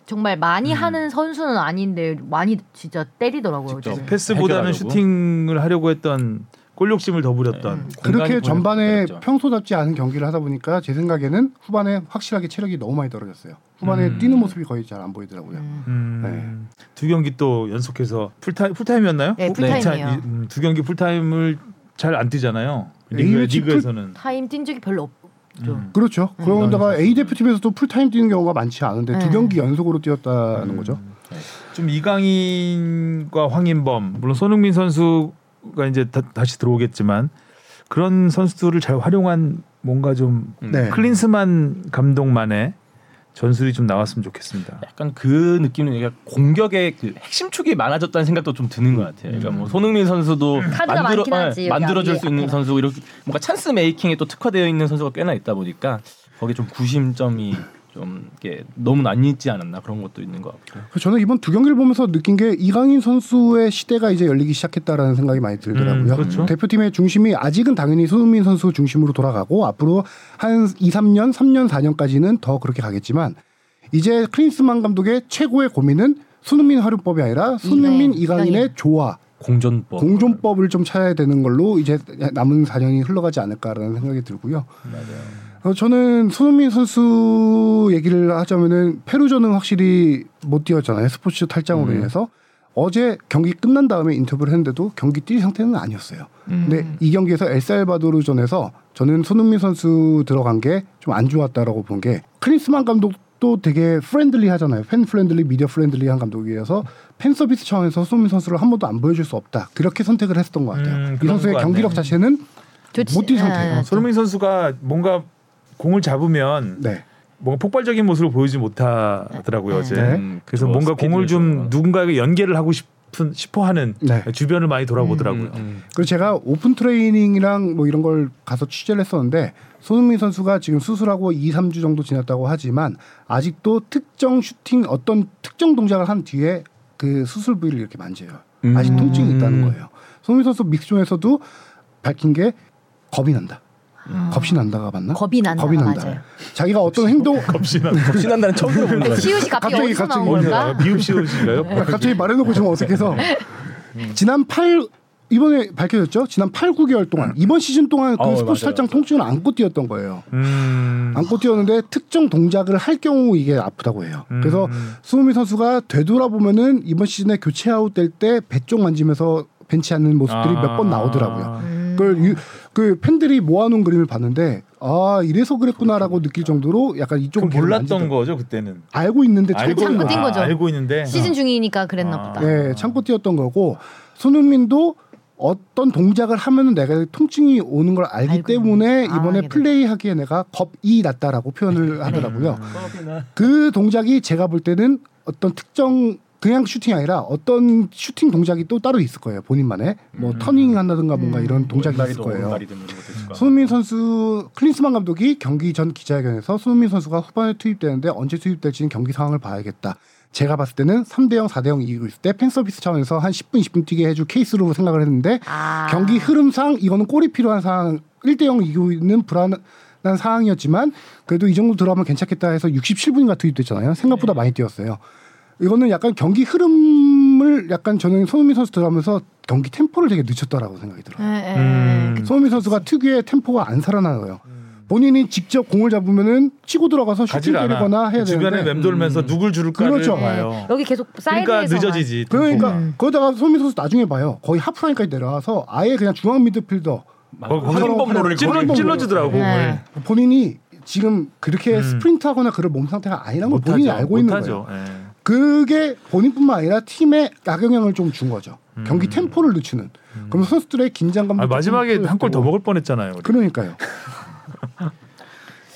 A: 정말 많이
B: 음.
A: 하는 선수는 아닌데 많이 진짜 때리더라고요.
C: 직접.
A: 요즘에.
B: 패스보다는
C: 해결하려고.
B: 슈팅을 하려고 했던 골욕심을 더 부렸던.
D: 그렇게
C: 공간이
D: 전반에
C: 보여줬죠.
D: 평소답지 않은 경기를 하다 보니까 제 생각에는 후반에 확실하게 체력이 너무 많이 떨어졌어요. 후반에
C: 음.
D: 뛰는 모습이 거의 잘 안 보이더라고요.
A: 음.
B: 음, 두 경기 또 연속해서 풀타임 풀타임이었나요?
A: 네,
B: 어,
A: 풀타임이에요.
B: 이- 음, 두 경기 풀타임을 잘 안 뛰잖아요. 리그,
D: AFC 풀-
B: 네. 리그에서는
A: 타임 뛴 적이 별로 없죠.
B: 음.
D: 그렇죠.
C: 음,
D: 그런데다가 A 대표팀에서도 풀타임 뛰는 경우가 많지 않은데
A: 네.
D: 두 경기 연속으로 뛰었다는
C: 음.
D: 거죠.
B: 좀 이강인과 황인범 물론 손흥민 선수가 이제 다, 시 들어오겠지만 그런 선수들을 잘 활용한 뭔가 좀
C: 음.
D: 네.
B: 클린스만 감독만의 전술이 좀 나왔으면 좋겠습니다.
C: 약간 그 느낌은 그러니까 공격의 그 핵심 축이 많아졌다는 생각도 좀 드는 것 같아요. 그러니까 뭐 손흥민 선수도
A: 카드가
C: 만들어
A: 많긴 하지,
C: 예,
A: 여기
C: 만들어줄
A: 앞에,
C: 수 있는
A: 앞에는.
C: 선수 이렇게 뭔가 찬스 메이킹에 또 특화되어 있는 선수가 꽤나 있다 보니까 거기 좀 구심점이 좀 이게 너무 안 있지 않았나 그런 것도 있는 것 같고.
D: 그래서 저는 이번 두 경기를 보면서 느낀 게 이강인 선수의 시대가 이제 열리기 시작했다라는 생각이 많이 들더라고요.
B: 음, 그렇죠.
D: 대표팀의 중심이 아직은 당연히 손흥민 선수 중심으로 돌아가고 앞으로 한 2, 3년, 3년, 4년까지는 더 그렇게 가겠지만 이제 클린스만 감독의 최고의 고민은 손흥민 활용법이 아니라
A: 이강인,
D: 손흥민 네, 이강인의
A: 이강인.
D: 조화,
C: 공존법.
D: 공존법을 좀 찾아야 되는 걸로 이제 남은 4년이 흘러가지 않을까라는 생각이 들고요. 어, 저는 손흥민 선수 얘기를 하자면은 페루전은 확실히 못 뛰었잖아요. 스포츠 탈장으로
B: 음.
D: 인해서 어제 경기 끝난 다음에 인터뷰를 했는데도 경기 뛸 상태는 아니었어요.
B: 음.
D: 근데 이 경기에서 엘살바도르전에서 저는 손흥민 선수 들어간 게 좀 안 좋았다라고 본 게 크리스만 감독도 되게 프렌들리 하잖아요. 팬 프렌들리, 미디어 프렌들리한 감독이라서 팬 서비스 차원에서 손흥민 선수를 한 번도 안 보여줄 수 없다. 그렇게 선택을 했었던 것 같아요.
B: 음,
D: 이
B: 그런
D: 선수의
B: 것
D: 경기력
B: 같네요.
D: 자체는
A: 좋지.
D: 못뛴 상태예요.
A: 아,
B: 손흥민 선수가 뭔가 공을 잡으면
D: 네.
B: 뭔가 폭발적인 모습을 보이지 못하더라고요 어제.
D: 네.
C: 음,
B: 그래서
C: 뭐
B: 뭔가 공을 좀
C: 스피드에서.
B: 누군가에게 연계를 하고 싶은 싶어하는
D: 네.
B: 주변을 많이 돌아보더라고요.
C: 음, 음.
D: 그리고 제가 오픈 트레이닝이랑 뭐 이런 걸 가서 취재를 했었는데 손흥민 선수가 지금 수술하고 2, 3주 정도 지났다고 하지만 아직도 특정 슈팅 어떤 특정 동작을 한 뒤에 그 수술 부위를 이렇게 만져요. 아직
C: 음.
D: 통증이 있다는 거예요. 손흥민 선수 믹스존에서도 밝힌 게 겁이 난다. 겁이 난다가 맞나?
A: 아. 겁이 난다가 맞아요.
D: 자기가 어떤 행동
C: 신난다는 처음 들어보는 거예요.
A: 시옷이 갑자기,
D: 갑자기,
A: 어디서
D: 갑자기
A: 나온 건가?
B: 비읍시옷인가요?
D: 아, 갑자기 말해놓고 좀 어색해서
B: 네. 음.
D: 지난 8 이번에 밝혀졌죠? 지난 8, 9개월 동안 이번 시즌 동안 그
C: 어,
D: 스포츠
C: 맞아요.
D: 탈장 통증을 안고 뛰었던 거예요.
B: 음.
D: 안고 뛰었는데 특정 동작을 할 경우 이게 아프다고 해요.
B: 음.
D: 그래서 수우미 선수가 되돌아보면은 이번 시즌에 교체 아웃될 때 배 쪽 만지면서 벤치 앉는 모습들이
B: 아.
D: 몇 번 나오더라고요.
A: 음.
D: 그걸 유- 그 팬들이 모아놓은 그림을 봤는데 아 이래서 그랬구나라고 느낄 정도로 약간 이쪽
B: 그럼 몰랐던 거죠 그때는.
D: 알고 있는데
B: 알고-
D: 참고
A: 참고 뛴 거죠.
B: 알고 있는데
A: 시즌 중이니까 그랬나
B: 네. 아.
A: 보다.
D: 예, 참고 뛰었던 거고 손흥민도 어떤 동작을 하면은 내가 통증이 오는 걸 알기
A: 알고
D: 때문에
A: 있는- 아,
D: 이번에
A: 알게 네.
D: 플레이하기에 내가 겁이 났다라고 표현을 하더라고요.
C: 음.
D: 그 동작이 제가 볼 때는 어떤 특정 그냥 슈팅이 아니라 어떤 슈팅 동작이 또 따로 있을 거예요. 본인만의 뭐 터닝 한다든가 뭔가
A: 음.
D: 이런 동작이 있을
C: 왼발이든
D: 거예요.
C: 오른발이든 모르는 것도 있을 것 같고.
D: 손흥민 선수 클린스만 감독이 경기 전 기자회견에서 손흥민 선수가 후반에 투입되는데 언제 투입될지는 경기 상황을 봐야겠다. 제가 봤을 때는 3대 0, 4대 0 이기고 있을 때 팬 서비스 차원에서 한 10분, 20분 뛰게 해줄 케이스로 생각을 했는데
A: 아.
D: 경기 흐름상 이거는 골이 필요한 상황 1대 0 이기고 있는 불안한 상황이었지만 그래도 이 정도 들어가면 괜찮겠다 해서 67분인가 투입됐잖아요. 생각보다 많이 뛰었어요. 이거는 약간 경기 흐름을 약간 저는 손흥민 선수 들어가면서 경기 템포를 되게 늦췄다라고 생각이 들어요.
A: 예, 예.
B: 음.
D: 손흥민 선수가 특유의 템포가 안 살아나요. 본인이 직접 공을 잡으면은 치고 들어가서 슈팅
B: 가지를 않아. 그
D: 때리거나 해야
B: 주변에
D: 되는데
B: 맴돌면서 누굴 줄까를
D: 그렇죠.
A: 예.
B: 봐요.
A: 여기 계속 사이드에서
B: 그러니까 늦어지지. 음.
D: 그러니까
B: 템포가.
D: 거기다가 손흥민 선수 나중에 봐요. 거의 하프라인까지 내려와서 아예 그냥 중앙 미드필더
B: 거- 거기서
D: 황인범
B: 음. 찔러
D: 노릇.
B: 찔러주더라고
D: 네.
A: 네.
B: 공을.
D: 본인이 지금 그렇게
B: 음.
D: 스프린트하거나 그런 몸 상태가 아니라는 걸 네. 뭐 본인이
B: 못하죠.
D: 알고 있는
B: 못하죠.
D: 거예요.
B: 예.
D: 그게 본인뿐만 아니라 팀에 악영향을 좀 준 거죠. 경기 템포를 늦추는. 그럼 선수들의
B: 음.
D: 긴장감도
B: 아, 마지막에
D: 조금
B: 한 골 더
D: 줄어들고.
B: 먹을 뻔했잖아요. 우리.
D: 그러니까요.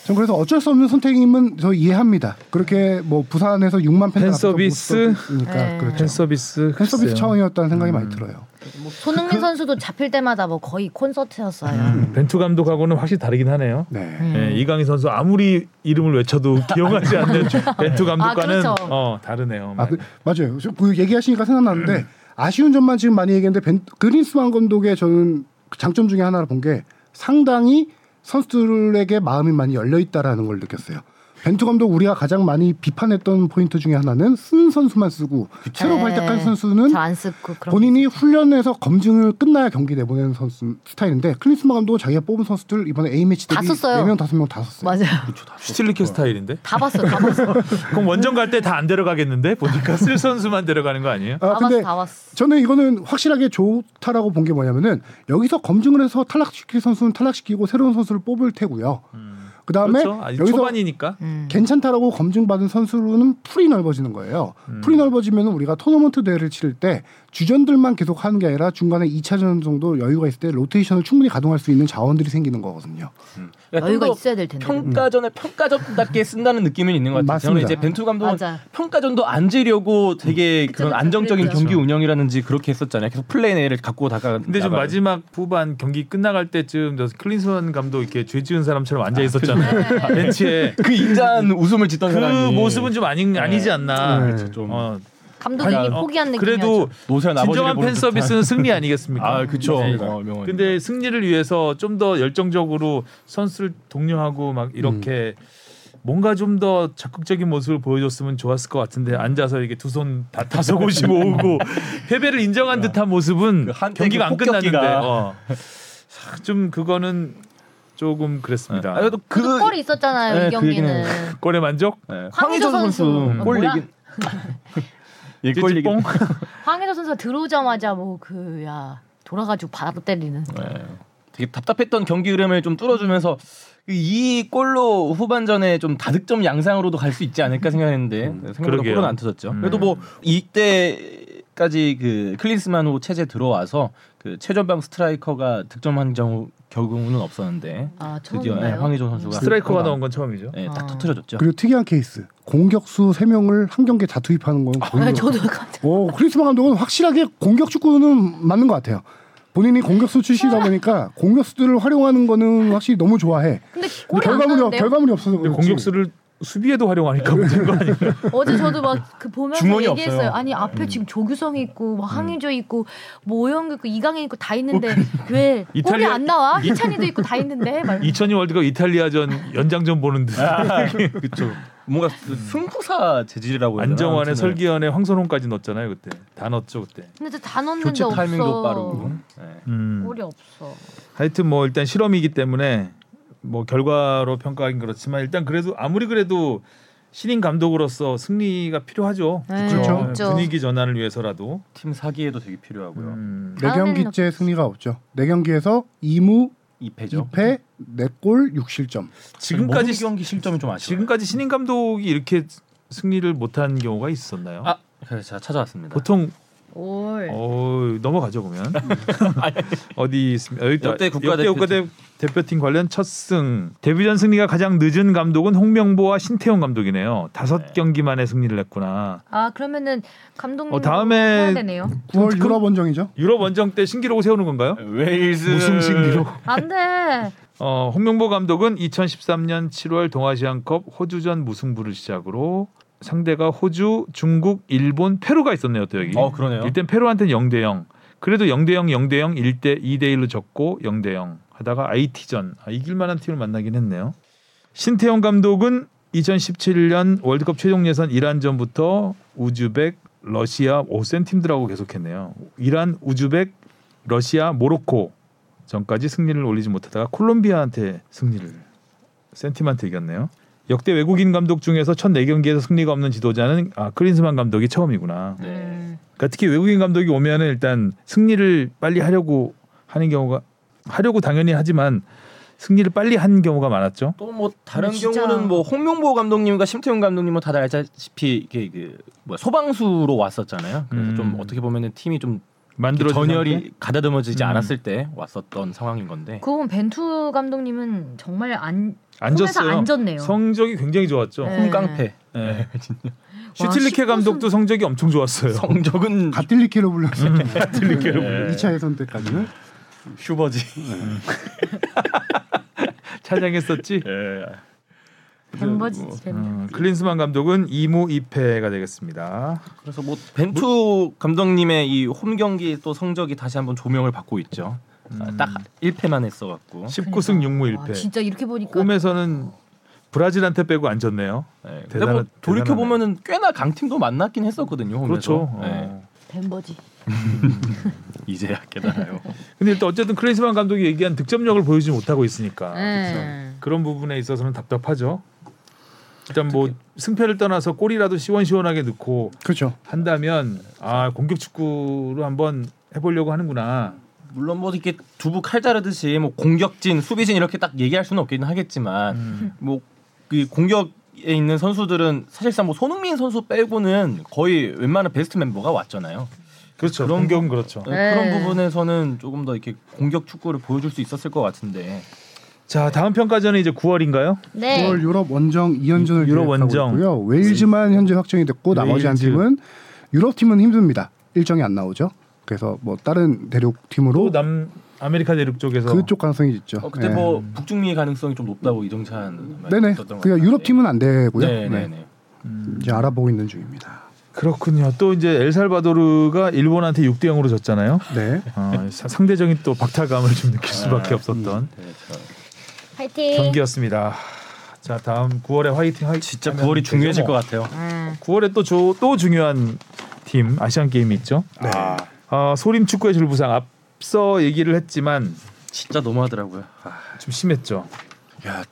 D: 전 그래서 어쩔 수 없는 선택임은 저 이해합니다. 그렇게 뭐 부산에서 6만 팬
B: 팬 서비스?
D: 그러니까
A: 예.
D: 그렇죠.
B: 팬 서비스
D: 팬 서비스
B: 글쎄요.
D: 차원이었다는 생각이 많이 들어요. 그
A: 손흥민 선수도 잡힐 때마다 뭐 거의 콘서트였어요.
D: 음.
B: 음. 벤투 감독하고는 확실히 다르긴 하네요.
D: 네.
B: 예, 이강인 선수 아무리 이름을 외쳐도 기억하지 않는 벤투 감독과는
A: 그렇죠.
B: 어 다르네요.
D: 아, 그, 맞아요. 지금 그 얘기하시니까 생각나는데 아쉬운 점만 지금 많이 얘기했는데 벤, 그린스만 감독의 저는 그 장점 중에 하나를 본 게 상당히 선수들에게 마음이 많이 열려 있다라는 걸 느꼈어요. 벤투 감독 우리가 가장 많이 비판했던 포인트 중에 하나는 쓴 선수만 쓰고 새로
A: 예.
D: 발탁한 선수는
A: 잘안 쓰고 그런.
D: 본인이 훈련에서 검증을 끝나야 경기 내보내는 선수 스타일인데 클린스만 감독 자기가 뽑은 선수들 이번에 A 매치
A: 다
D: 대비
A: 썼어요.
D: 4명 5명 다 썼어요.
A: 맞아요.
B: 슈틸리케 스타일인데?
A: 다 봤어, 다 봤어.
B: 그럼 원정 갈 때 다 안 데려가겠는데 보니까 쓸 선수만 데려가는 거 아니에요?
D: 아,
A: 다
D: 근데
A: 봤어, 다 봤어.
D: 저는 이거는 확실하게 좋다라고 본 게 뭐냐면은 여기서 검증을 해서 탈락시킬 선수는 탈락시키고 새로운 선수를 뽑을 테고요. 그다음에
B: 그렇죠. 아직
D: 여기서
B: 초반이니까.
E: 음.
D: 괜찮다라고 검증받은 선수로는 풀이 넓어지는 거예요.
B: 음.
D: 풀이 넓어지면 우리가 토너먼트 대회를 치를 때 주전들만 계속 하는 게 아니라 중간에 2차전 정도 여유가 있을 때 로테이션을 충분히 가동할 수 있는 자원들이 생기는 거거든요.
C: 그러니까
A: 여유가
C: 좀더
A: 있어야 될 텐데.
C: 평가전에 평가전답게 쓴다는 느낌은 있는 것 같아요. 저는
D: 맞습니다.
C: 이제 벤투 감독은
A: 맞아. 음.
C: 평가전도 안 지려고 되게 그런
A: 그쵸, 그렇죠.
C: 안정적인
A: 그랬죠.
C: 경기 운영이라든지 그렇게 했었잖아요. 계속 플레이를 갖고 다가.
B: 근데 좀 마지막 후반 경기 끝나갈 때쯤 저 클린스만 감독 이렇게 죄지은 사람처럼 앉아 있었잖아요. 벤치에
C: 그 인자한 웃음을 짓던
B: 그
C: 사람이
B: 모습은 좀 아닌 아니지 않나.
D: 네.
C: 그렇죠, 좀
B: 어,
A: 감독이
C: 아니, 어,
A: 포기한 느낌이
B: 그래도
C: 노세한 아버지를
B: 진정한
C: 보는
B: 팬 서비스는 승리 아니겠습니까?
C: 아 그쵸.
B: 네.
C: 어, 명언.
B: 근데 승리를 위해서 좀 더 열정적으로 선수를 독려하고 막 이렇게
C: 음.
B: 뭔가 좀 더 적극적인 모습을 보여줬으면 좋았을 것 같은데 앉아서 이렇게 두 손 다 다소곳이 모으고 패배를 인정한 듯한 모습은
C: 그 한때
B: 경기가
C: 그
B: 안 끝났는데
C: 폭격기가.
B: 어. 하, 좀 그거는 조금 그랬습니다.
C: 아, 그래도 그
A: 그 골이 있었잖아요
C: 네,
A: 이
C: 그
A: 경기는.
B: 골의 만족?
C: 네,
A: 황의조
C: 황의조 선수
A: 선수. 어,
C: 골
A: 뭐야?
C: 얘기. 예, 골 얘기.
B: 찌찌뽕?
A: 황의조 선수 가 들어오자마자 뭐 그 야 돌아가지고 바로 때리는.
C: 네. 되게 답답했던 경기 흐름을 좀 뚫어주면서 이 골로 후반전에 좀 다득점 양상으로도 갈 수 있지 않을까 생각했는데 생각보다
B: 음, 그러게요.
C: 골은 안 터졌죠.
B: 음.
C: 그래도 뭐 이때까지 그 클린스만 후 체제 들어와서 그 최전방 스트라이커가 득점한 경우 경우는 없었는데
A: 아
C: 드디어
A: 처음인가요?
C: 네, 황의조 선수가
B: 스트라이커가 나온 건 처음이죠.
C: 네,
A: 아.
C: 딱 터트려줬죠.
D: 그리고 특이한 케이스. 공격수 세명을한 경기에 다 투입하는 건
A: 아,
D: 거의
A: 저도 깜짝.
D: 오, 크리스마 감독은 확실하게 공격 축구는 맞는 것 같아요. 본인이 공격수 출신이다 보니까 공격수들을 활용하는 거는 확실히 너무 좋아해.
A: 근데
D: 근데
A: 골이
D: 결과물이
A: 안
D: 없-
A: 나는데
D: 결과물이 없어서
B: 근데
D: 그렇지.
B: 공격수를 수비에도 활용하니까 문제인 거 아니에요?
A: 어제 저도 막 그 보면서
C: 주머니
A: 얘기했어요.
C: 없어요.
A: 아니 앞에 지금 조규성 있고 뭐 황의조 있고 뭐 오영규 있고 이강인 있고 다 있는데 왜 골이
B: 이탈리아-
A: 안 나와? 이찬이도 있고 다 있는데 말.
B: 2002 월드컵 이탈리아전 연장전 보는 듯.
C: 그렇죠. 뭔가 승부사 재질이라고 해야 되나?
B: 안정환의
C: 아무튼, 네.
B: 설기현의 황선홍까지 넣었잖아요 그때 다 넣었죠 그때.
A: 근데 저다 넣는데
C: 교체
A: 없어.
C: 타이밍도 빠르고. 네.
B: 음.
A: 골이 없어.
B: 하여튼 뭐 일단 실험이기 때문에 뭐 결과로 평가하긴 그렇지만 일단 그래도 아무리 그래도 신인 감독으로서 승리가 필요하죠.
A: 네,
D: 그렇죠.
A: 없죠.
B: 분위기 전환을 위해서라도.
C: 팀 사기에도 되게 필요하고요.
B: 음.
D: 네 경기째 승리가 없죠. 네 경기에서 2무
C: 이 2패죠.
D: 2패 4골 6실점.
B: 지금까지
C: 모든 경기 실점이 좀 아쉬워요.
B: 지금까지 신인 감독이 이렇게 승리를 못한 경우가 있었나요?
C: 아,
B: 네,
C: 그래서 제가 찾아왔습니다.
B: 보통
A: 올.
B: 어, 넘어가죠 보면 어디 있습니다. 여기 있다.
C: 역대 국가대표팀.
B: 역대 국가대- 대표팀 관련 첫 승 데뷔전 승리가 가장 늦은 감독은 홍명보와 신태용 감독이네요. 다섯
C: 네.
B: 경기만에 승리를 했구나.
A: 아 그러면은 감독님
B: 어, 다음에-
A: 해야 되네요.
D: 9월
B: 그-
D: 유럽
C: 음.
D: 원정이죠.
B: 유럽 원정 때 신기록을 세우는 건가요?
C: 네, 웨일즈
A: 안 돼.
B: 그 어, 홍명보 감독은 2013년 7월 동아시안컵 호주전 무승부를 시작으로 상대가 호주, 중국, 일본, 페루가 있었네요. 또 여기.
C: 어 그러네요.
B: 일단 페루한테는 0대 0. 그래도 0대 0, 0대 0, 1대 2대 1로 졌고 0대 0 하다가 IT전 아, 이길 만한 팀을 만나긴 했네요. 신태용 감독은 2017년 월드컵 최종 예선 이란전부터 우즈벡, 러시아 5센 팀들하고 계속했네요. 이란, 우즈벡, 러시아, 모로코 전까지 승리를 올리지 못하다가 콜롬비아한테 승리를 센팀한테 이겼네요. 역대 외국인 감독 중에서 첫 4경기에서 승리가 없는 지도자는 아, 클린스만 감독이 처음이구나.
C: 네.
B: 그러니까 특히 외국인 감독이 오면은 일단 승리를 빨리 하려고 하는 경우가 하려고 당연히 하지만 승리를 빨리 한 경우가 많았죠.
C: 또 뭐 다른
A: 근데 진짜-
C: 경우는 뭐 홍명보 감독님과 심태용 감독님 뭐 다들 알다시피 이게 그뭐 소방수로 왔었잖아요. 그래서
B: 음.
C: 좀 어떻게 보면은 팀이 좀
B: 만들어
C: 전열이 가다듬어지지
B: 음.
C: 않았을 때 왔었던 상황인 건데.
A: 그거 보면 벤투 감독님은 정말 안
B: 앉았어요.
A: 홈에서 앉았네요.
B: 성적이 굉장히 좋았죠.
A: 네.
C: 홈깡패
B: 예.
A: 와,
B: 슈틸리케
A: 19승.
B: 감독도 성적이 엄청 좋았어요.
C: 성적은
D: 가틀리케로 불렀어요.
C: 음,
D: 네.
C: 가틀리케로
D: 2차 예선 때까지는.
C: 슈버지.
B: 차장했었지.
C: 예.
A: 음. 벤버지
C: 뭐,
A: 벤.
B: 음, 클린스만 감독은 2무 2패가 되겠습니다.
C: 그래서 뭐 벤투 감독님의 이 홈 경기 또 성적이 다시 한번 조명을 받고 있죠.
B: 음.
C: 아, 딱 1패만 했어갖고
B: 19승 6무
A: 와,
B: 1패.
A: 그러니까. 아, 진짜 이렇게 보니까
B: 홈에서는 브라질한테 빼고 안 졌네요.
C: 네. 근데
B: 대단하-
C: 뭐 돌이켜 보면은 꽤나 강팀도 만났긴 했었거든요. 홈에서.
B: 그렇죠.
C: 네.
B: 어.
A: 벤버지.
C: 이제야 깨달아요.
B: 근데 일단 어쨌든 클린스만 감독이 얘기한 득점력을 보여주지 못하고 있으니까.
A: 네.
B: 아, 그런 부분에 있어서는 답답하죠. 일단 뭐 승패를 떠나서 골이라도 시원시원하게 넣고
D: 그렇죠.
B: 한다면 아 공격 축구로 한번 해보려고 하는구나
C: 물론 뭐 이렇게 두부 칼 자르듯이 뭐 공격진, 수비진 이렇게 딱 얘기할 수는 없긴 하겠지만 뭐 그 공격에 있는 선수들은 사실상 뭐 손흥민 선수 빼고는 거의 웬만한 베스트 멤버가 왔잖아요.
B: 그렇죠.
C: 그런
B: 공격은 그렇죠.
C: 네,
A: 네.
C: 그런 부분에서는 조금 더 이렇게 공격 축구를 보여줄 수 있었을 것 같은데
B: 자 다음 평가전은 이제 9월인가요?
A: 네.
D: 9월 유럽 원정
B: 유럽
D: 2연전을 유럽
B: 원정.
D: 원정 있고요. 웨일즈만 현재 확정이 됐고 나머지 한
B: 웨일즈.
D: 팀은 유럽 팀은 힘듭니다. 일정이 안 나오죠. 그래서 뭐 다른 대륙 팀으로
B: 또 남 아메리카 대륙 쪽에서
D: 그쪽 가능성이 있죠.
C: 어, 그때
D: 예.
C: 뭐 북중미 가능성이 좀 높다고 이정찬
D: 네네. 그냥 유럽 팀은 안 되고요.
C: 네네
D: 네.
C: 네.
D: 이제 알아보고 있는 중입니다.
B: 그렇군요. 또 이제 엘살바도르가 일본한테 6대 0으로 졌잖아요.
D: 네.
B: 어, 사- 상대적인 또 박탈감을 좀 느낄 수밖에 없었던
C: 그렇죠.
A: 파이팅.
B: 경기였습니다. 자 다음 9월에 화이팅 화이팅.
C: 진짜 9월이 중요해질 것 같아요.
A: 음.
B: 9월에 또 조- 또 중요한 팀 아시안 게임이 있죠.
D: 네.
B: 아, 소림 축구의 줄부상 앞서 얘기를 했지만
C: 진짜 너무하더라고요.
B: 좀 심했죠.
D: 야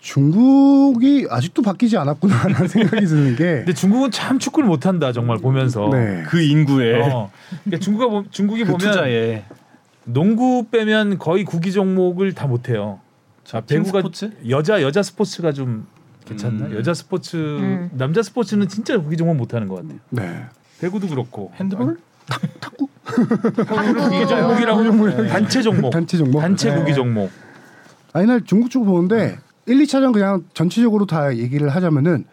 D: 중국이 아직도 바뀌지 않았구나라는 생각이 드는 게.
B: 근데 중국은 참 축구를 못한다 정말 보면서.
D: 네.
C: 그 인구에
B: 어. 그러니까 중국가 보- 중국이
C: 그
B: 보면
C: 투자에
B: 농구 빼면 거의 구기 종목을 다 못해요. 자,
C: 팀
B: 배구가
C: 스포츠?
B: 여자 여자 스포츠가 좀 괜찮나?
C: 음.
B: 여자 스포츠
A: 음.
B: 남자 스포츠는 진짜 구기 종목 못하는 것 같아요.
D: 네.
B: 배구도 그렇고
C: 핸드볼?
A: 한국
B: 구기 종목이라고 네. 단체 종목,
D: 단체 종목.
B: 뭐 단체
D: 네.
B: 구기 종목.
D: 아니 날 중국 축구
B: 네.
D: 보는데 1, 2차전 그냥 전체적으로 다 얘기를 하자면은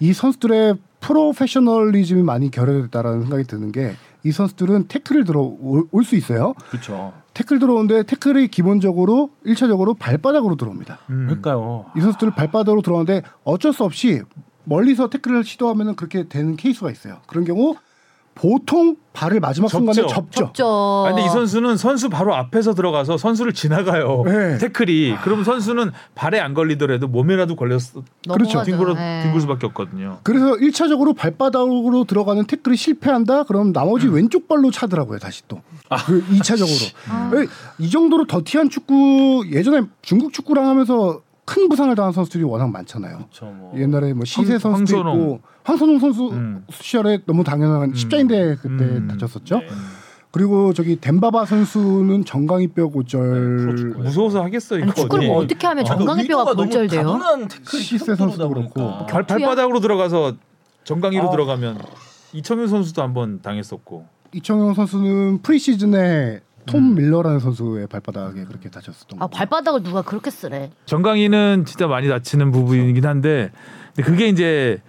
D: 이 선수들의 프로페셔널리즘이 많이 결여됐다라는 생각이 드는 게 이 선수들은 태클을 들어올 수 있어요.
C: 그렇죠.
D: 태클 들어오는데 태클이 기본적으로 1차적으로 발바닥으로 들어옵니다.
B: 음.
C: 그러니까요.
D: 이 선수들은 발바닥으로 들어오는데 어쩔 수 없이 멀리서 태클을 시도하면 그렇게 되는 케이스가 있어요. 그런 경우 보통 발을 마지막
B: 접죠.
D: 순간에 접죠.
E: 저
A: 어.
B: 아, 근데 이 선수는 선수 바로 앞에서 들어가서 선수를 지나가요.
D: 네.
B: 태클이. 그럼 선수는 발에 안 걸리더라도 몸에라도 걸렸어.
D: 그렇죠.
E: 넘어가죠.
B: 뒹굴어
E: 네.
B: 뒹굴 수밖에 없거든요.
D: 그래서 1차적으로 발바닥으로 들어가는 태클이 실패한다? 그럼 나머지 왼쪽 발로 차더라고요, 다시 또. 그 2차적으로. 예, 이 정도로 더티한 축구, 예전에 중국 축구랑 하면서 큰 부상을 당한 선수들이 워낙 많잖아요.
C: 그렇죠. 뭐.
D: 옛날에 뭐 시세
B: 황-
D: 선수도
B: 황선홍.
D: 있고, 황선홍 선수
B: 음.
D: 시절에 너무 당연한 십자인대 그때
B: 음.
D: 다쳤었죠.
C: 네.
D: 그리고 저기 덴바바 선수는 정강이 뼈
C: 네,
D: 고절
C: 프로축구예요.
B: 무서워서 하겠어 이거.
A: 아니, 축구를 뭐 어떻게 하면
C: 아,
A: 정강이
C: 그
A: 뼈가
C: 의도가 너무
A: 골절돼요?
C: 다분한 그 태클이
D: 시세
C: 섞여
D: 선수도
C: 들어오다
D: 그렇고.
B: 발, 발바닥으로 들어가서 정강이로
C: 아.
B: 들어가면 이청용 선수도 한번 당했었고.
D: 이청용 선수는 프리시즌에 톰 밀러라는 선수의 발바닥에 그렇게 다쳤었던
A: 아
D: 거고.
A: 발바닥을 누가 그렇게 쓰래?
B: 정강이는 진짜 많이 다치는 부분이긴 한데 근데 그게 이제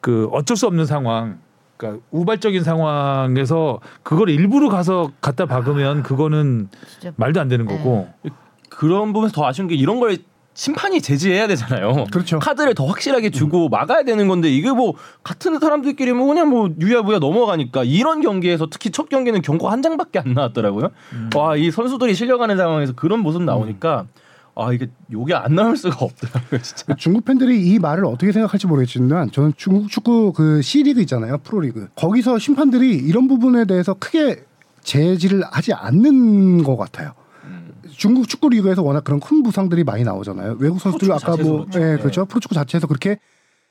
B: 그 어쩔 수 없는 상황. 그러니까 우발적인 상황에서 그걸 일부러 가서 갖다 박으면 그거는
A: 진짜
B: 말도 안 되는
A: 네.
B: 거고.
C: 그런 부분에서 더 아쉬운 게 이런 걸 심판이 제지해야 되잖아요.
D: 그렇죠.
C: 카드를 더 확실하게 주고 막아야 되는 건데 이게 뭐 같은 사람들끼리 뭐 그냥 뭐 유야부야 넘어가니까 이런 경기에서 특히 첫 경기는 경고 한 장밖에 안 나왔더라고요. 와 이 선수들이 실려가는 상황에서 그런 모습 나오니까 아 이게 요게 안 나올 수가 없더라고요 진짜.
D: 그 중국 팬들이 이 말을 어떻게 생각할지 모르겠지만 저는 중국 축구 그 C리그 있잖아요. 프로리그. 거기서 심판들이 이런 부분에 대해서 크게 제지를 하지 않는 것 같아요. 중국 축구 리그에서 워낙 그런 큰 부상들이 많이 나오잖아요. 외국 선수들
C: 프로축구
D: 아까 뭐
C: 자체에서
D: 예,
C: 그렇죠.
D: 그렇죠. 프로축구 자체에서 그렇게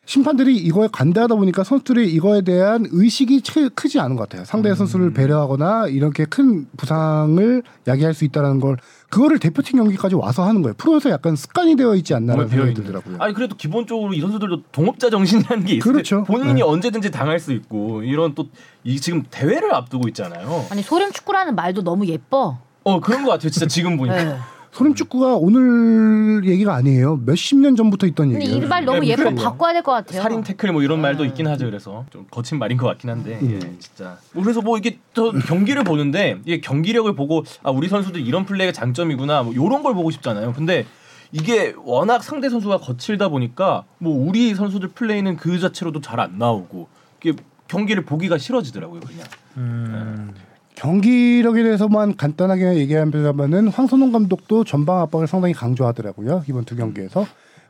D: 심판들이 이거에 관대하다 보니까 선수들이 이거에 대한 의식이 크, 크지 않은 것 같아요.
C: 음.
D: 상대 선수를 배려하거나 이렇게 큰 부상을 야기할 수 있다라는 걸 그거를 대표팀 경기까지 와서 하는 거예요. 프로에서 약간 습관이 되어 있지 않나라는
C: 몸에
D: 생각이
C: 배어있는.
D: 들더라고요.
C: 아니 그래도 기본적으로 이 선수들도 동업자 정신이라는 게 있어요.
D: 그렇죠.
C: 본인이
D: 네.
C: 언제든지 당할 수 있고 이런 또 이 지금 대회를 앞두고 있잖아요.
A: 아니 소림 축구라는 말도 너무 예뻐.
C: 어 그런 것 같아요. 진짜 지금 보니까.
B: 음.
A: 네.
D: 소림 축구가 오늘 얘기가 아니에요. 몇십 년 전부터 있던
A: 근데
D: 얘기예요.
A: 이 말 너무
C: 네,
A: 예뻐
C: 그래요.
A: 바꿔야 될 것 같아요.
C: 살인 태클 뭐 이런 말도 있긴 하죠. 그래서 좀 거친 말인 것 같긴 한데 예, 진짜. 뭐 그래서 뭐 이게 저 경기를 보는데 이게 경기력을 보고 아 우리 선수들 이런 플레이가 장점이구나 뭐 이런 걸 보고 싶잖아요. 근데 이게 워낙 상대 선수가 거칠다 보니까 뭐 우리 선수들 플레이는 그 자체로도 잘 안 나오고 이게 경기를 보기가 싫어지더라고요 그냥.
B: 음.
D: 경기력에 대해서만 간단하게 얘기하면은 황선홍 감독도 전방 압박을 상당히 강조하더라고요. 이번 두 경기에서.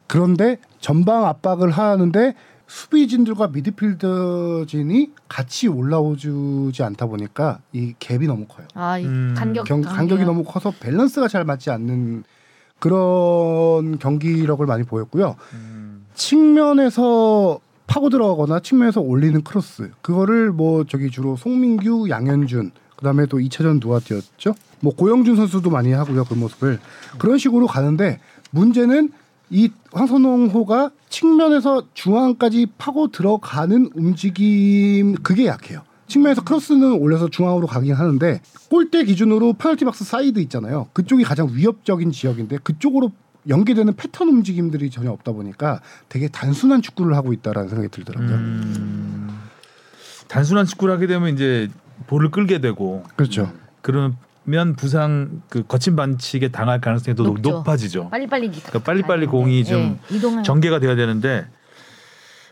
D: 그런데 전방 압박을 하는데 수비진들과 미드필더진이 같이 올라오지 않다 보니까 이 갭이 너무 커요.
A: 아, 이
B: 음,
A: 간격
D: 경, 간격이 너무 커서 밸런스가 잘 맞지 않는 그런 경기력을 많이 보였고요.
B: 음.
D: 측면에서 파고 들어가거나 측면에서 올리는 크로스 그거를 뭐 저기 주로 송민규, 양현준 그다음에 또 2차전 누가 뛰었죠? 뭐 고영준 선수도 많이 하고요 그 모습을 그런 식으로 가는데 문제는 이 황선홍호가 측면에서 중앙까지 파고 들어가는 움직임 그게 약해요. 측면에서 크로스는 올려서 중앙으로 가긴 하는데 골대 기준으로 페널티 박스 사이드 있잖아요. 그쪽이 가장 위협적인 지역인데 그쪽으로 연계되는 패턴 움직임들이 전혀 없다 보니까 되게 단순한 축구를 하고 있다라는 생각이 들더라고요.
B: 음, 단순한 축구를 하게 되면 이제 볼을 끌게 되고
D: 그렇죠.
B: 음. 그러면 부상 그 거친 반칙에 당할 가능성이 더
A: 높죠. 예.
B: 높아지죠.
A: 빨리빨리 네.
B: 그러니까 빨리빨리 공이 좀
A: 이동해.
B: 전개가 돼야 되는데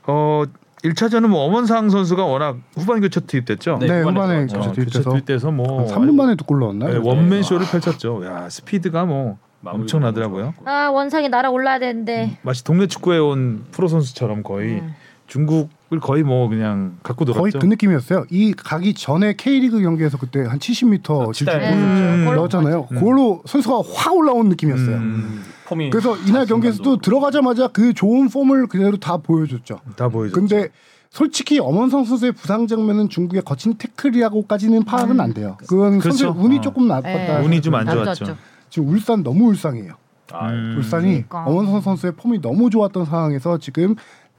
B: 어 1차전은 뭐 엄원상 선수가 워낙 후반 교체 투입됐죠.
D: 네, 후반에
B: 어,
D: 교체
B: 교체
D: 투입돼서
B: 투입돼서 뭐
D: 3분 만에 아. 두 골
B: 네,
D: 넣었나요?
B: 원맨 쇼를 펼쳤죠. 야 스피드가 뭐 엄청나더라고요.
A: 아 원상이 날아올라야 되는데.
B: 마치 동네 축구에 온 프로 선수처럼 거의
A: 음.
B: 중국을 거의 뭐 그냥 갖고
D: 거의
B: 놀았죠.
D: 그 느낌이었어요. 이 가기 전에 K리그 경기에서 그때 한 70m
C: 치타에
D: 질주골
B: 음.
D: 넣었잖아요.
B: 음.
D: 그걸로 선수가 확 올라온 느낌이었어요.
B: 음,
C: 폼이
D: 그래서 이날 경기에서도 들어가자마자 그 좋은 폼을 그대로 다 보여줬죠.
B: 다 보이죠.
D: 근데 솔직히 엄원성 선수의 부상 장면은 중국의 거친 태클이라고까지는 파악은 안 돼요. 그건 선수
B: 그렇죠.
D: 운이
B: 어.
D: 조금
A: 예.
D: 나빴다.
B: 운이 좀 안
D: 그렇죠.
A: 안
B: 좋았죠.
A: 좋았죠.
D: 지금 울산 너무 울상이에요.
C: 아,
B: 음.
D: 울산이
A: 그러니까.
D: 엄원성 선수의 폼이 너무 좋았던 상황에서 지금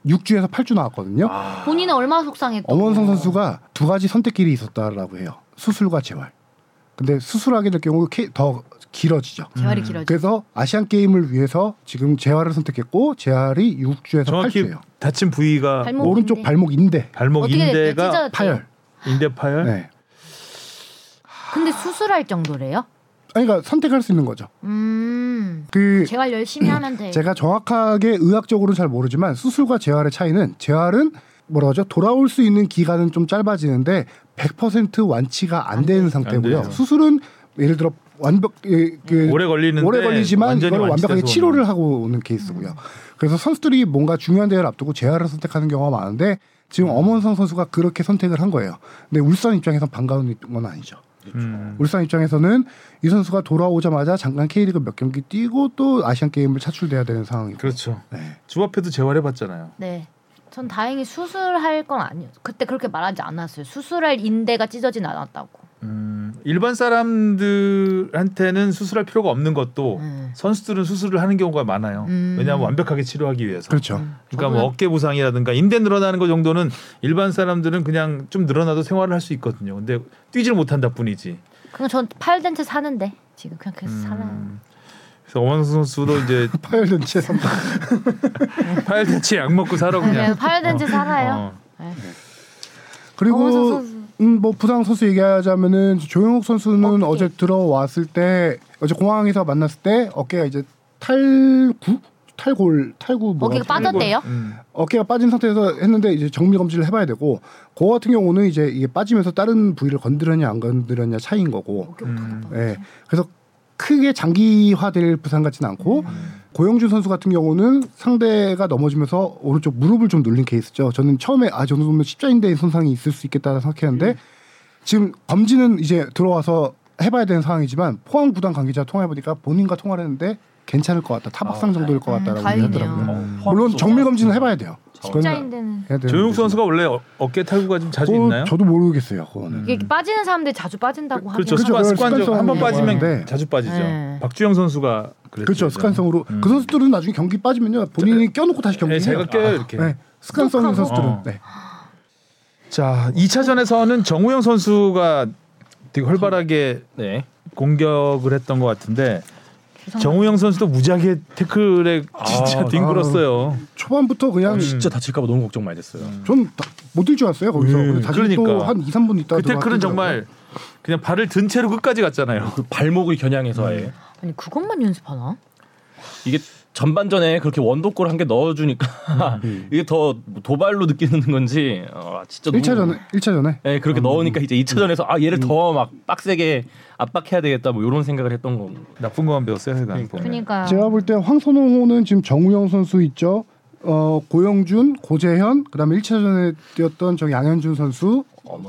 D: 6주에서 8주 나왔거든요.
A: 본인은 얼마나 속상했고.
D: 엄원성 선수가 두 가지 선택길이 있었다라고 해요. 수술과 재활. 근데 수술하게 될 경우 K- 더 길어지죠.
A: 재활이
B: 음.
A: 길어지.
D: 그래서 아시안 게임을 위해서 지금 재활을 선택했고 재활이 6주에서
B: 정확히
D: 8주예요.
B: 다친 부위가
A: 발목.
D: 오른쪽
A: 인대.
D: 발목 인대
B: 발목
A: 어떻게 됐대요?
B: 뭐 인대가
A: 찢어졌대요?
D: 파열.
B: 인대 파열.
D: 네.
A: 근데 수술할 정도래요?
D: 아니, 그러니까 선택할 수 있는 거죠.
A: 음.
D: 그
A: 재활 열심히 하면 돼.
D: 제가 정확하게 의학적으로는 잘 모르지만 수술과 재활의 차이는 재활은 뭐라 하죠? 돌아올 수 있는 기간은 좀 짧아지는데 100% 완치가 안, 되는 상태고요.
B: 돼요.
D: 수술은 예를 들어 완벽 예, 그
B: 오래 걸리는데
D: 오래 걸리지만
B: 완전히
D: 이걸 완벽하게
B: 완치돼서
D: 치료를
B: 오는.
D: 하고 오는 케이스고요. 그래서 선수들이 뭔가 중요한 대회를 앞두고 재활을 선택하는 경우가 많은데 지금
B: 음.
D: 엄원성 선수가 그렇게 선택을 한 거예요. 근데 울산 입장에선 반가운 건 아니죠.
B: 음.
D: 울산 입장에서는 이 선수가 돌아오자마자 잠깐 K리그 몇 경기 뛰고 또 아시안 게임을 차출돼야 되는 상황이고.
B: 그렇죠.
D: 네.
B: 주합회도 재활해봤잖아요.
A: 네. 전 다행히 수술할 건 아니었어요. 그때 그렇게 말하지 않았어요. 수술할 인대가 찢어진 않았다고.
B: 음, 일반 사람들한테는 수술할 필요가 없는
D: 어.
B: 것도
A: 음.
B: 선수들은 수술을 하는 경우가 많아요.
A: 음.
B: 왜냐하면 완벽하게 치료하기 위해서.
D: 그렇죠.
B: 그러니까 뭐 어깨 부상이라든가 인대 늘어나는 거 정도는 일반 사람들은 그냥 좀 늘어나도 생활을 할 수 있거든요. 근데 뛰질 못한다 뿐이지.
A: 그냥 전 팔된 채 사는데 지금 그냥 계속 살아요.
B: 그래서 엄원성 선수도 이제
D: 파열된 채 선발.
B: 파열대치 약 먹고 살아 그냥.
A: 네, 팔된 채 살아요.
B: 어.
A: 네. 엄원성
D: 그리고
A: 선수.
D: 음, 뭐 부상 선수 얘기하자면은 조영욱 선수는 어제 들어왔을 때 어제 공항에서 만났을 때 어깨가 이제 탈구 탈골 탈구 뭐
A: 어깨가 빠졌대요?
B: 음.
D: 어깨가 빠진 상태에서 했는데 이제 정밀 검진을 해봐야 되고 그 같은 경우는 이제 이게 빠지면서 다른 부위를 건드렸냐 안 건드렸냐 차이인 거고
B: 음.
D: 예 그래서 크게 장기화될 부상 같지는 않고
B: 음.
D: 고영준 선수 같은 경우는 상대가 넘어지면서 오른쪽 무릎을 좀 눌린 케이스죠 저는 처음에 아 저는 정도 십자인대 손상이 있을 수 있겠다 생각했는데
B: 음.
D: 지금 검진은 이제 들어와서 해봐야 되는 상황이지만 포항 구단 관계자 통화해보니까 본인과 통화를 했는데 괜찮을 것 같다 타박상
B: 아,
D: 정도일 것 같다라고
A: 다행이네요.
D: 얘기하더라고요
B: 음.
C: 어,
D: 물론 정밀 검진을 해봐야 돼요 그건
A: 십자인대는
D: 해야 되는
B: 조용욱
D: 문제지만.
B: 선수가 원래 어, 어깨 탈구가 좀 자주
D: 그거
B: 있나요?
D: 네, 저도 모르겠어요. 그거는.
A: 이게 빠지는 사람들이 자주 빠진다고 하긴
B: 그렇죠.
A: 하죠.
D: 그렇죠.
B: 습관, 습관적
D: 습관성
B: 한번 빠지면
D: 하는데.
B: 자주 빠지죠.
A: 네.
B: 박주영 선수가 그랬죠.
D: 그렇죠. 습관성으로 그 선수들은 나중에 경기 빠지면요 본인이 껴놓고 다시 경기
B: 음. 네, 제가
D: 해요.
B: 껴요 이렇게.
D: 네. 습관성인 선수들은
B: 어.
D: 네.
B: 자, 2차전에서는 정우영 선수가 되게 활발하게
C: 네.
B: 공격을 했던 것 같은데
A: 죄송합니다.
B: 정우영 선수도 무지하게 태클에 진짜
C: 아,
B: 뒹굴었어요.
D: 초반부터 그냥
B: 어.
C: 진짜 다칠까봐 너무 걱정 많이 됐어요.
D: 전못뛸 줄 알았어요 거기서.
B: 음,
D: 근데 다시
B: 그러니까.
D: 또한 2, 3분 있다가
B: 그
D: 들어갔더라고요.
B: 태클은 정말 그냥 발을 든 채로 끝까지 갔잖아요.
C: 그 발목을 겨냥해서 아예
A: 아니 그것만 연습하나?
C: 이게 전반전에 그렇게 원도골 한 개 넣어주니까 이게 더 도발로 느끼는 건지 어, 진짜 너무-
D: 1차전에 1차전에
C: 예, 그렇게 넣으니까 이제 2차전에서 아 얘를 더 막 빡세게 압박해야 되겠다 뭐 이런 생각을 했던 거.
B: 나쁜 것만 배웠어요. 그러니까.
A: 그러니까
D: 제가 볼 때 황선홍호는 지금 정우영 선수 있죠. 어 고영준, 고재현, 그다음에 1차전에 뛰었던 저 양현준 선수,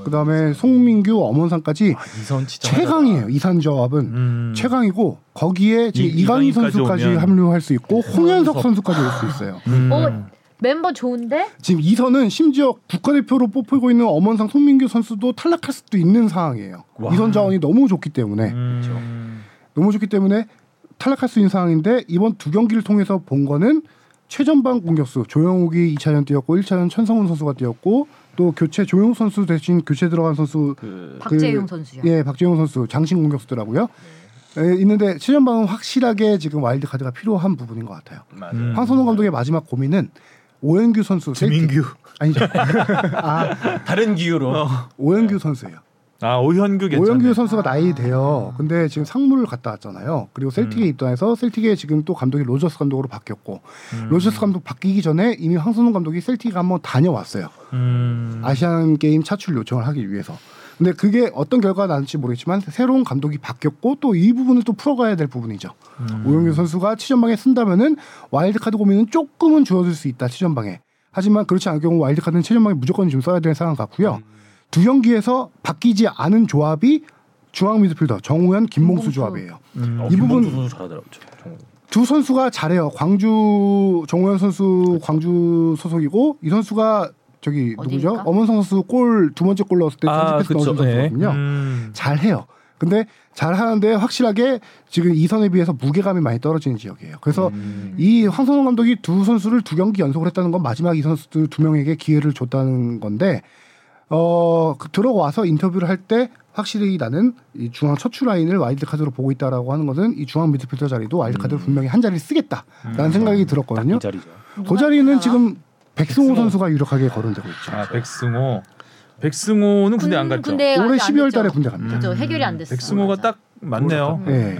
D: 그다음에 송민규, 엄원상까지
C: 이선 진짜
D: 최강이에요. 이산 저합은
B: 아, 음.
D: 최강이고 거기에 지금
B: 이-
D: 이강인
B: 이강인까지
D: 선수까지
B: 오면- 네.
D: 합류할 수 있고 홍현석 선수까지 올 수 있어요.
B: 음.
A: 어, 멤버 좋은데
D: 지금 이선은 심지어 국가대표로 뽑히고 있는 엄원상 손민규 선수도 탈락할 수도 있는 상황이에요.
C: 와.
D: 이선 자원이 너무 좋기 때문에
B: 음,
D: 너무 좋기 때문에 탈락할 수 있는 상황인데 이번 두 경기를 통해서 본 거는 최전방 공격수 조영욱이 2차전 뛰었고 1차전 천성훈 선수가 뛰었고 또 교체 조영욱 선수 대신 교체 들어간 선수
C: 그
A: 박재용 선수요.
D: 예, 박재용 선수 장신 공격수더라고요. 예, 있는데 최전방은 확실하게 지금 와일드 카드가 필요한 부분인 것 같아요.
C: 맞아.
B: 음.
D: 황선홍 감독의 마지막 고민은 오현규 선수 세이트.
B: 김민규.
D: 아니죠. 아,
C: 다른 기유로
D: 오현규 선수예요.
B: 아 오현규 괜찮네.
D: 오영규 선수가 나이 돼요. 근데 지금 상무를 갔다 왔잖아요. 그리고 셀틱에 입단해서 셀틱에 지금 또 감독이 로저스 감독으로 바뀌었고
B: 음.
D: 로저스 감독 바뀌기 전에 이미 황선홍 감독이 셀틱에 한번 다녀왔어요.
B: 음.
D: 아시안 게임 차출 요청을 하기 위해서. 근데 그게 어떤 결과가 나는지 모르겠지만 새로운 감독이 바뀌었고 또 이 부분을 또 풀어가야 될 부분이죠.
A: 음.
D: 오영규 선수가 치전방에 쓴다면은 와일드카드 고민은 조금은 줄어들 수 있다 치전방에. 하지만 그렇지 않은 경우 와일드카드는 치전방에 무조건 좀 써야 되는 상황 같고요.
A: 음.
D: 두 경기에서 바뀌지 않은 조합이 중앙 미드필더 정우현
A: 김봉수.
D: 김봉수 조합이에요.
B: 음.
C: 어,
D: 이
C: 김범수
D: 부분-
C: 선수 잘하더라고. 저- 저-
D: 두 선수가 잘해요. 광주 정우현 선수 광주 소속이고 이 선수가 저기
A: 그렇죠. 어디입니까?
D: 누구죠? 엄원성 선수 골 두 번째 골 넣었을 때 선수
C: 아,
D: 패스
C: 그쵸.
D: 넣어준
C: 예.
D: 선수거든요.
B: 음.
D: 잘해요. 근데 잘하는데 확실하게 지금 이선에 비해서 무게감이 많이 떨어지는 지역이에요. 그래서
C: 음.
D: 이 황선홍 감독이 두 선수를 두 경기 연속을 했다는 건 마지막 이 선수들 두 명에게 기회를 줬다는 건데 어, 그 들어와서 인터뷰를 할 때 확실히 나는 이 중앙 첫출 라인을 와일드 카드로 보고 있다라고 하는 것은 이 중앙 미드필더 자리도 와일드 카드를 분명히 한 자리를 쓰겠다라는 생각이 들었거든요.
C: 음. 이 자리죠.
D: 그 자리는 지금 백승호 네, 선수가 유력하게 거론되고 있죠.
B: 아 백승호. 백승호는 군대 안 갔죠.
A: 군대
D: 올해
A: 아직 안
D: 12월
A: 됐죠?
D: 달에 군대 갑니다.
A: 그죠, 해결이 안 됐어.
B: 백승호가
A: 맞아.
B: 딱 맞네요.
D: 예.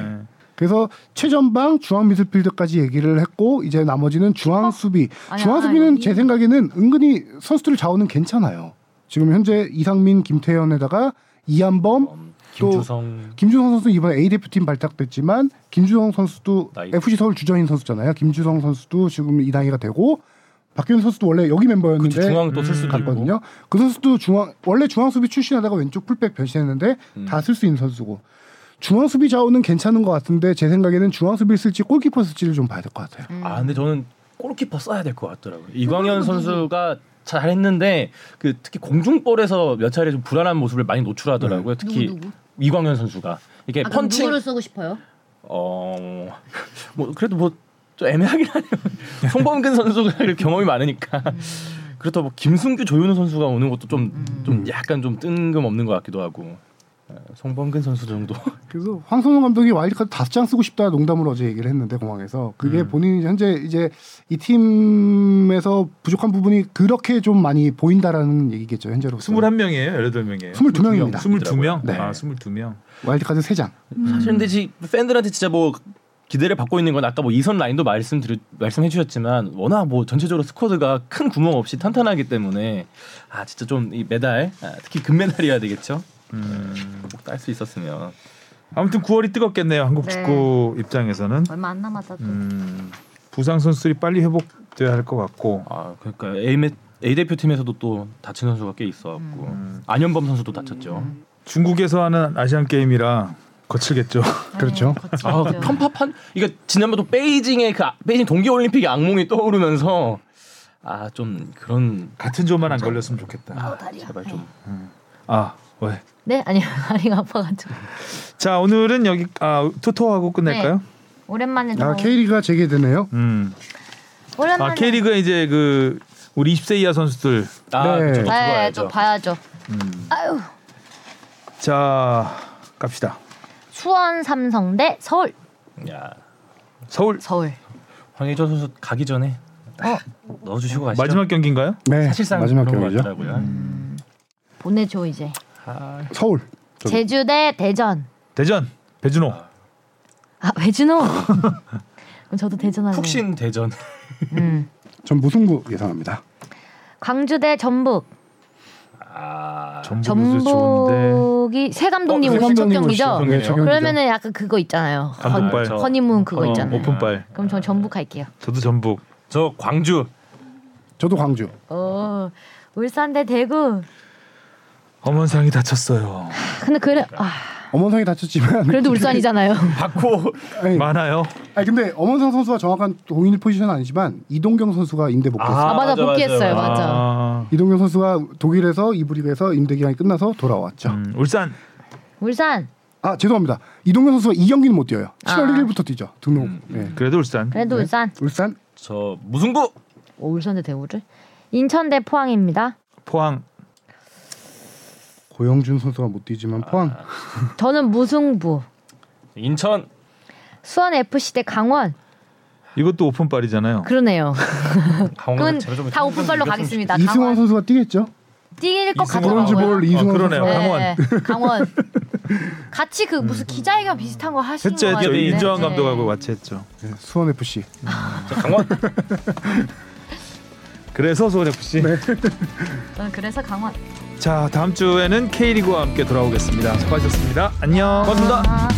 D: 그래서 최전방 중앙 미드필드까지 얘기를 했고 이제 나머지는 중앙 수비.
A: 어? 아니야,
D: 중앙
A: 아니야,
D: 수비는
A: 여기.
D: 제 생각에는 은근히 선수들 자원은 괜찮아요. 지금 현재 이상민, 김태현에다가 이한범,
C: 음,
D: 또-
C: 김주성
D: 김주성 선수 이번에 A 대표팀 발탁됐지만 김주성 선수도
C: 나이.
D: FC 서울 주전인 선수잖아요. 김주성 선수도 지금 이 나이가 되고 박규현 선수도 원래 여기
C: 그
D: 멤버였는데
C: 중앙 또 쓸 수도 있고.
D: 갔거든요. 그 선수도 중앙 원래 중앙 수비 출신하다가 왼쪽 풀백 변신했는데
C: 음.
D: 다 쓸 수 있는 선수고 중앙 수비 좌우는 괜찮은 것 같은데 제 생각에는 중앙 수비 쓸지 골키퍼 쓸지를 좀 봐야 될 것
A: 음.
D: 같아요.
C: 아 근데 저는 골키퍼 써야 될 것 같더라고요. 이광현 선수가 잘했는데 그 특히 공중볼에서 몇 차례 좀 불안한 모습을 많이 노출하더라고요. 특히
A: 네. 누구, 누구?
C: 이광현 선수가 이게
B: 예,
A: 아, 그럼
C: 펀칭
A: 누구를 쓰고 싶어요?
C: 어, 뭐 그래도 뭐 좀 애매하긴 하네요. 송범근 선수가 그래도 경험이 많으니까
A: 음.
C: 그렇다 뭐 김승규 조윤우 선수가 오는 것도 좀 좀
A: 음.
C: 약간 좀 뜬금없는 것 같기도 하고 어, 송범근 선수 정도
D: 그래서 황선홍 감독이 와일드카드 다섯 장 쓰고 싶다 농담으로 어제 얘기를 했는데 공항에서 그게
C: 음.
D: 본인이 현재 이제 이 팀에서 부족한 부분이 그렇게 좀 많이 보인다라는 얘기겠죠 현재로.
B: 21명이에요. 18명이에요.
D: 22명입니다.
B: 22명?
D: 네.
B: 아, 22명.
D: 와일드카드 세 장.
C: 사실 근데 지 팬들한테 진짜 뭐 기대를 받고 있는 건 아까 뭐 이선 라인도 말씀드려 말씀해 주셨지만 워낙 뭐 전체적으로 스쿼드가 큰 구멍 없이 탄탄하기 때문에 아 진짜 좀 이 메달 아, 특히 금메달이어야 되겠죠 음. 꼭 딸 수 있었으면
B: 아무튼 9월이 뜨겁겠네요. 한국
A: 네.
B: 축구 입장에서는.
A: 얼마 안 남았다. 또.
B: 음, 부상 선수들이 빨리 회복돼야 할 것 같고.
C: 아 그러니까 A 매 A 대표팀에서도 또 다친 선수가 꽤 있어갖고 안현범 선수도 다쳤죠.
B: 중국에서 하는 아시안 게임이라 거칠겠죠.
D: 그렇죠.
A: 네, 거칠죠.
C: 아그 편파판 이거 지난번도 베이징의 그 아- 베이징 동계 올림픽의 악몽이 떠오르면서 아 좀 그런
B: 같은 조만 안 걸렸으면 좋겠다.
C: 아, 제발 좀
B: 아, 왜?
A: 네, 아니요, 다리가 아파가지고
B: 자, 오늘은 여기 아, 토토하고
A: 네.
B: 끝낼까요?
A: 오랜만에
D: 아
A: 너무-
D: K리가 재개되네요.
B: 음.
A: 오랜만에
B: 아, K리그에 이제 그 우리 20세 이하 선수들
C: 아
D: 네.
C: 네. 그쵸,
A: 네,
C: 봐야죠.
A: 또 봐야죠. 아유,
B: 자, 갑시다.
A: 수원 삼성대 서울
C: 야
B: 서울
A: 서울.
C: 황희조 선수 가기 전에 딱 넣어주시고 가시죠.
B: 마지막 경기인가요?
D: 네.
C: 사실상
D: 마지막
C: 그런 거
D: 경기죠. 음.
C: 같더라고요.
A: 보내줘 이제.
C: 아,
D: 서울.
A: 제주 대 대전.
B: 대전 배준호.
A: 아 외진호. 그럼 저도 대전 할래요.
C: 푹신 대전
A: 음.
D: 전 무승부 예상합니다.
A: 광주 대 전북.
C: 아
B: 전북 선수 좋은데
A: 전북이 새 감독님
D: 어, 새
A: 오신 첫
D: 감독님 오신
A: 경기죠.
D: 첫 경기네요. 첫 경기죠.
A: 그러면은 약간 그거 있잖아요.
B: 감독발.
A: 허- 허니문 그거
B: 어,
A: 있잖아요.
B: 오픈발.
A: 그럼 저 전북 할게요.
B: 저도 전북.
C: 저 광주
D: 저도 광주.
A: 어 울산 대 대구.
B: 엄원상이 다쳤어요.
A: 근데 그래 아
D: 엄원성이 다쳤지만
A: 그래도 울산이잖아요.
C: 받고
B: 음.
D: 아니,
B: 많아요.
D: 아니 근데 엄원성 선수가 정확한 동일 포지션 은 아니지만 이동경 선수가 임대 복귀했어요.
A: 아, 맞아, 복귀했어요. 맞아.
B: 아,
D: 이동경 선수가 독일에서 이브리그에서 임대 기간이 끝나서 돌아왔죠.
B: 음, 울산
A: 울산
D: 아 죄송합니다. 이동경 선수가 이 경기는 못 뛰어요.
A: 아. 음,
D: 7월 1일부터 뛰죠. 등록. 예.
B: 그래도 울산.
A: 그래도 울산
D: 울산
C: 저 무승부
A: 오, 어, 울산 대 대우를 인천 대 포항입니다.
B: 포항
D: 고영준 선수가 못 뛰지만 포항
A: 아. 저는 무승부
C: 인천
A: 수원 FC 대 강원
B: 이것도 오픈빨이잖아요.
A: 그러네요.
C: 강원
A: 그건 다 오픈발로 가겠습니다.
D: 이승원
A: 강원
D: 선수가 뛰겠죠.
A: 뛸 것
B: 이승원
A: 같더라고요.
D: 브론즈 볼 이승원
B: 그러네요.
D: 선수가
B: 뭐 강원.
A: 네, 강원. 같이 그 무슨 기자회견 비슷한 거 하신
B: 했죠,
A: 거
B: 했죠.
A: 같은데.
B: 인조한
A: 네.
B: 감독하고 같이 했죠.
D: 예, 수원 FC.
C: 강원
B: 그래서 소원 FC.
A: 네. 저는 그래서 강원.
B: 자, 다음 주에는 K리그와 함께 돌아오겠습니다. 수고하셨습니다. 안녕.
C: 고맙습니다.
A: 아.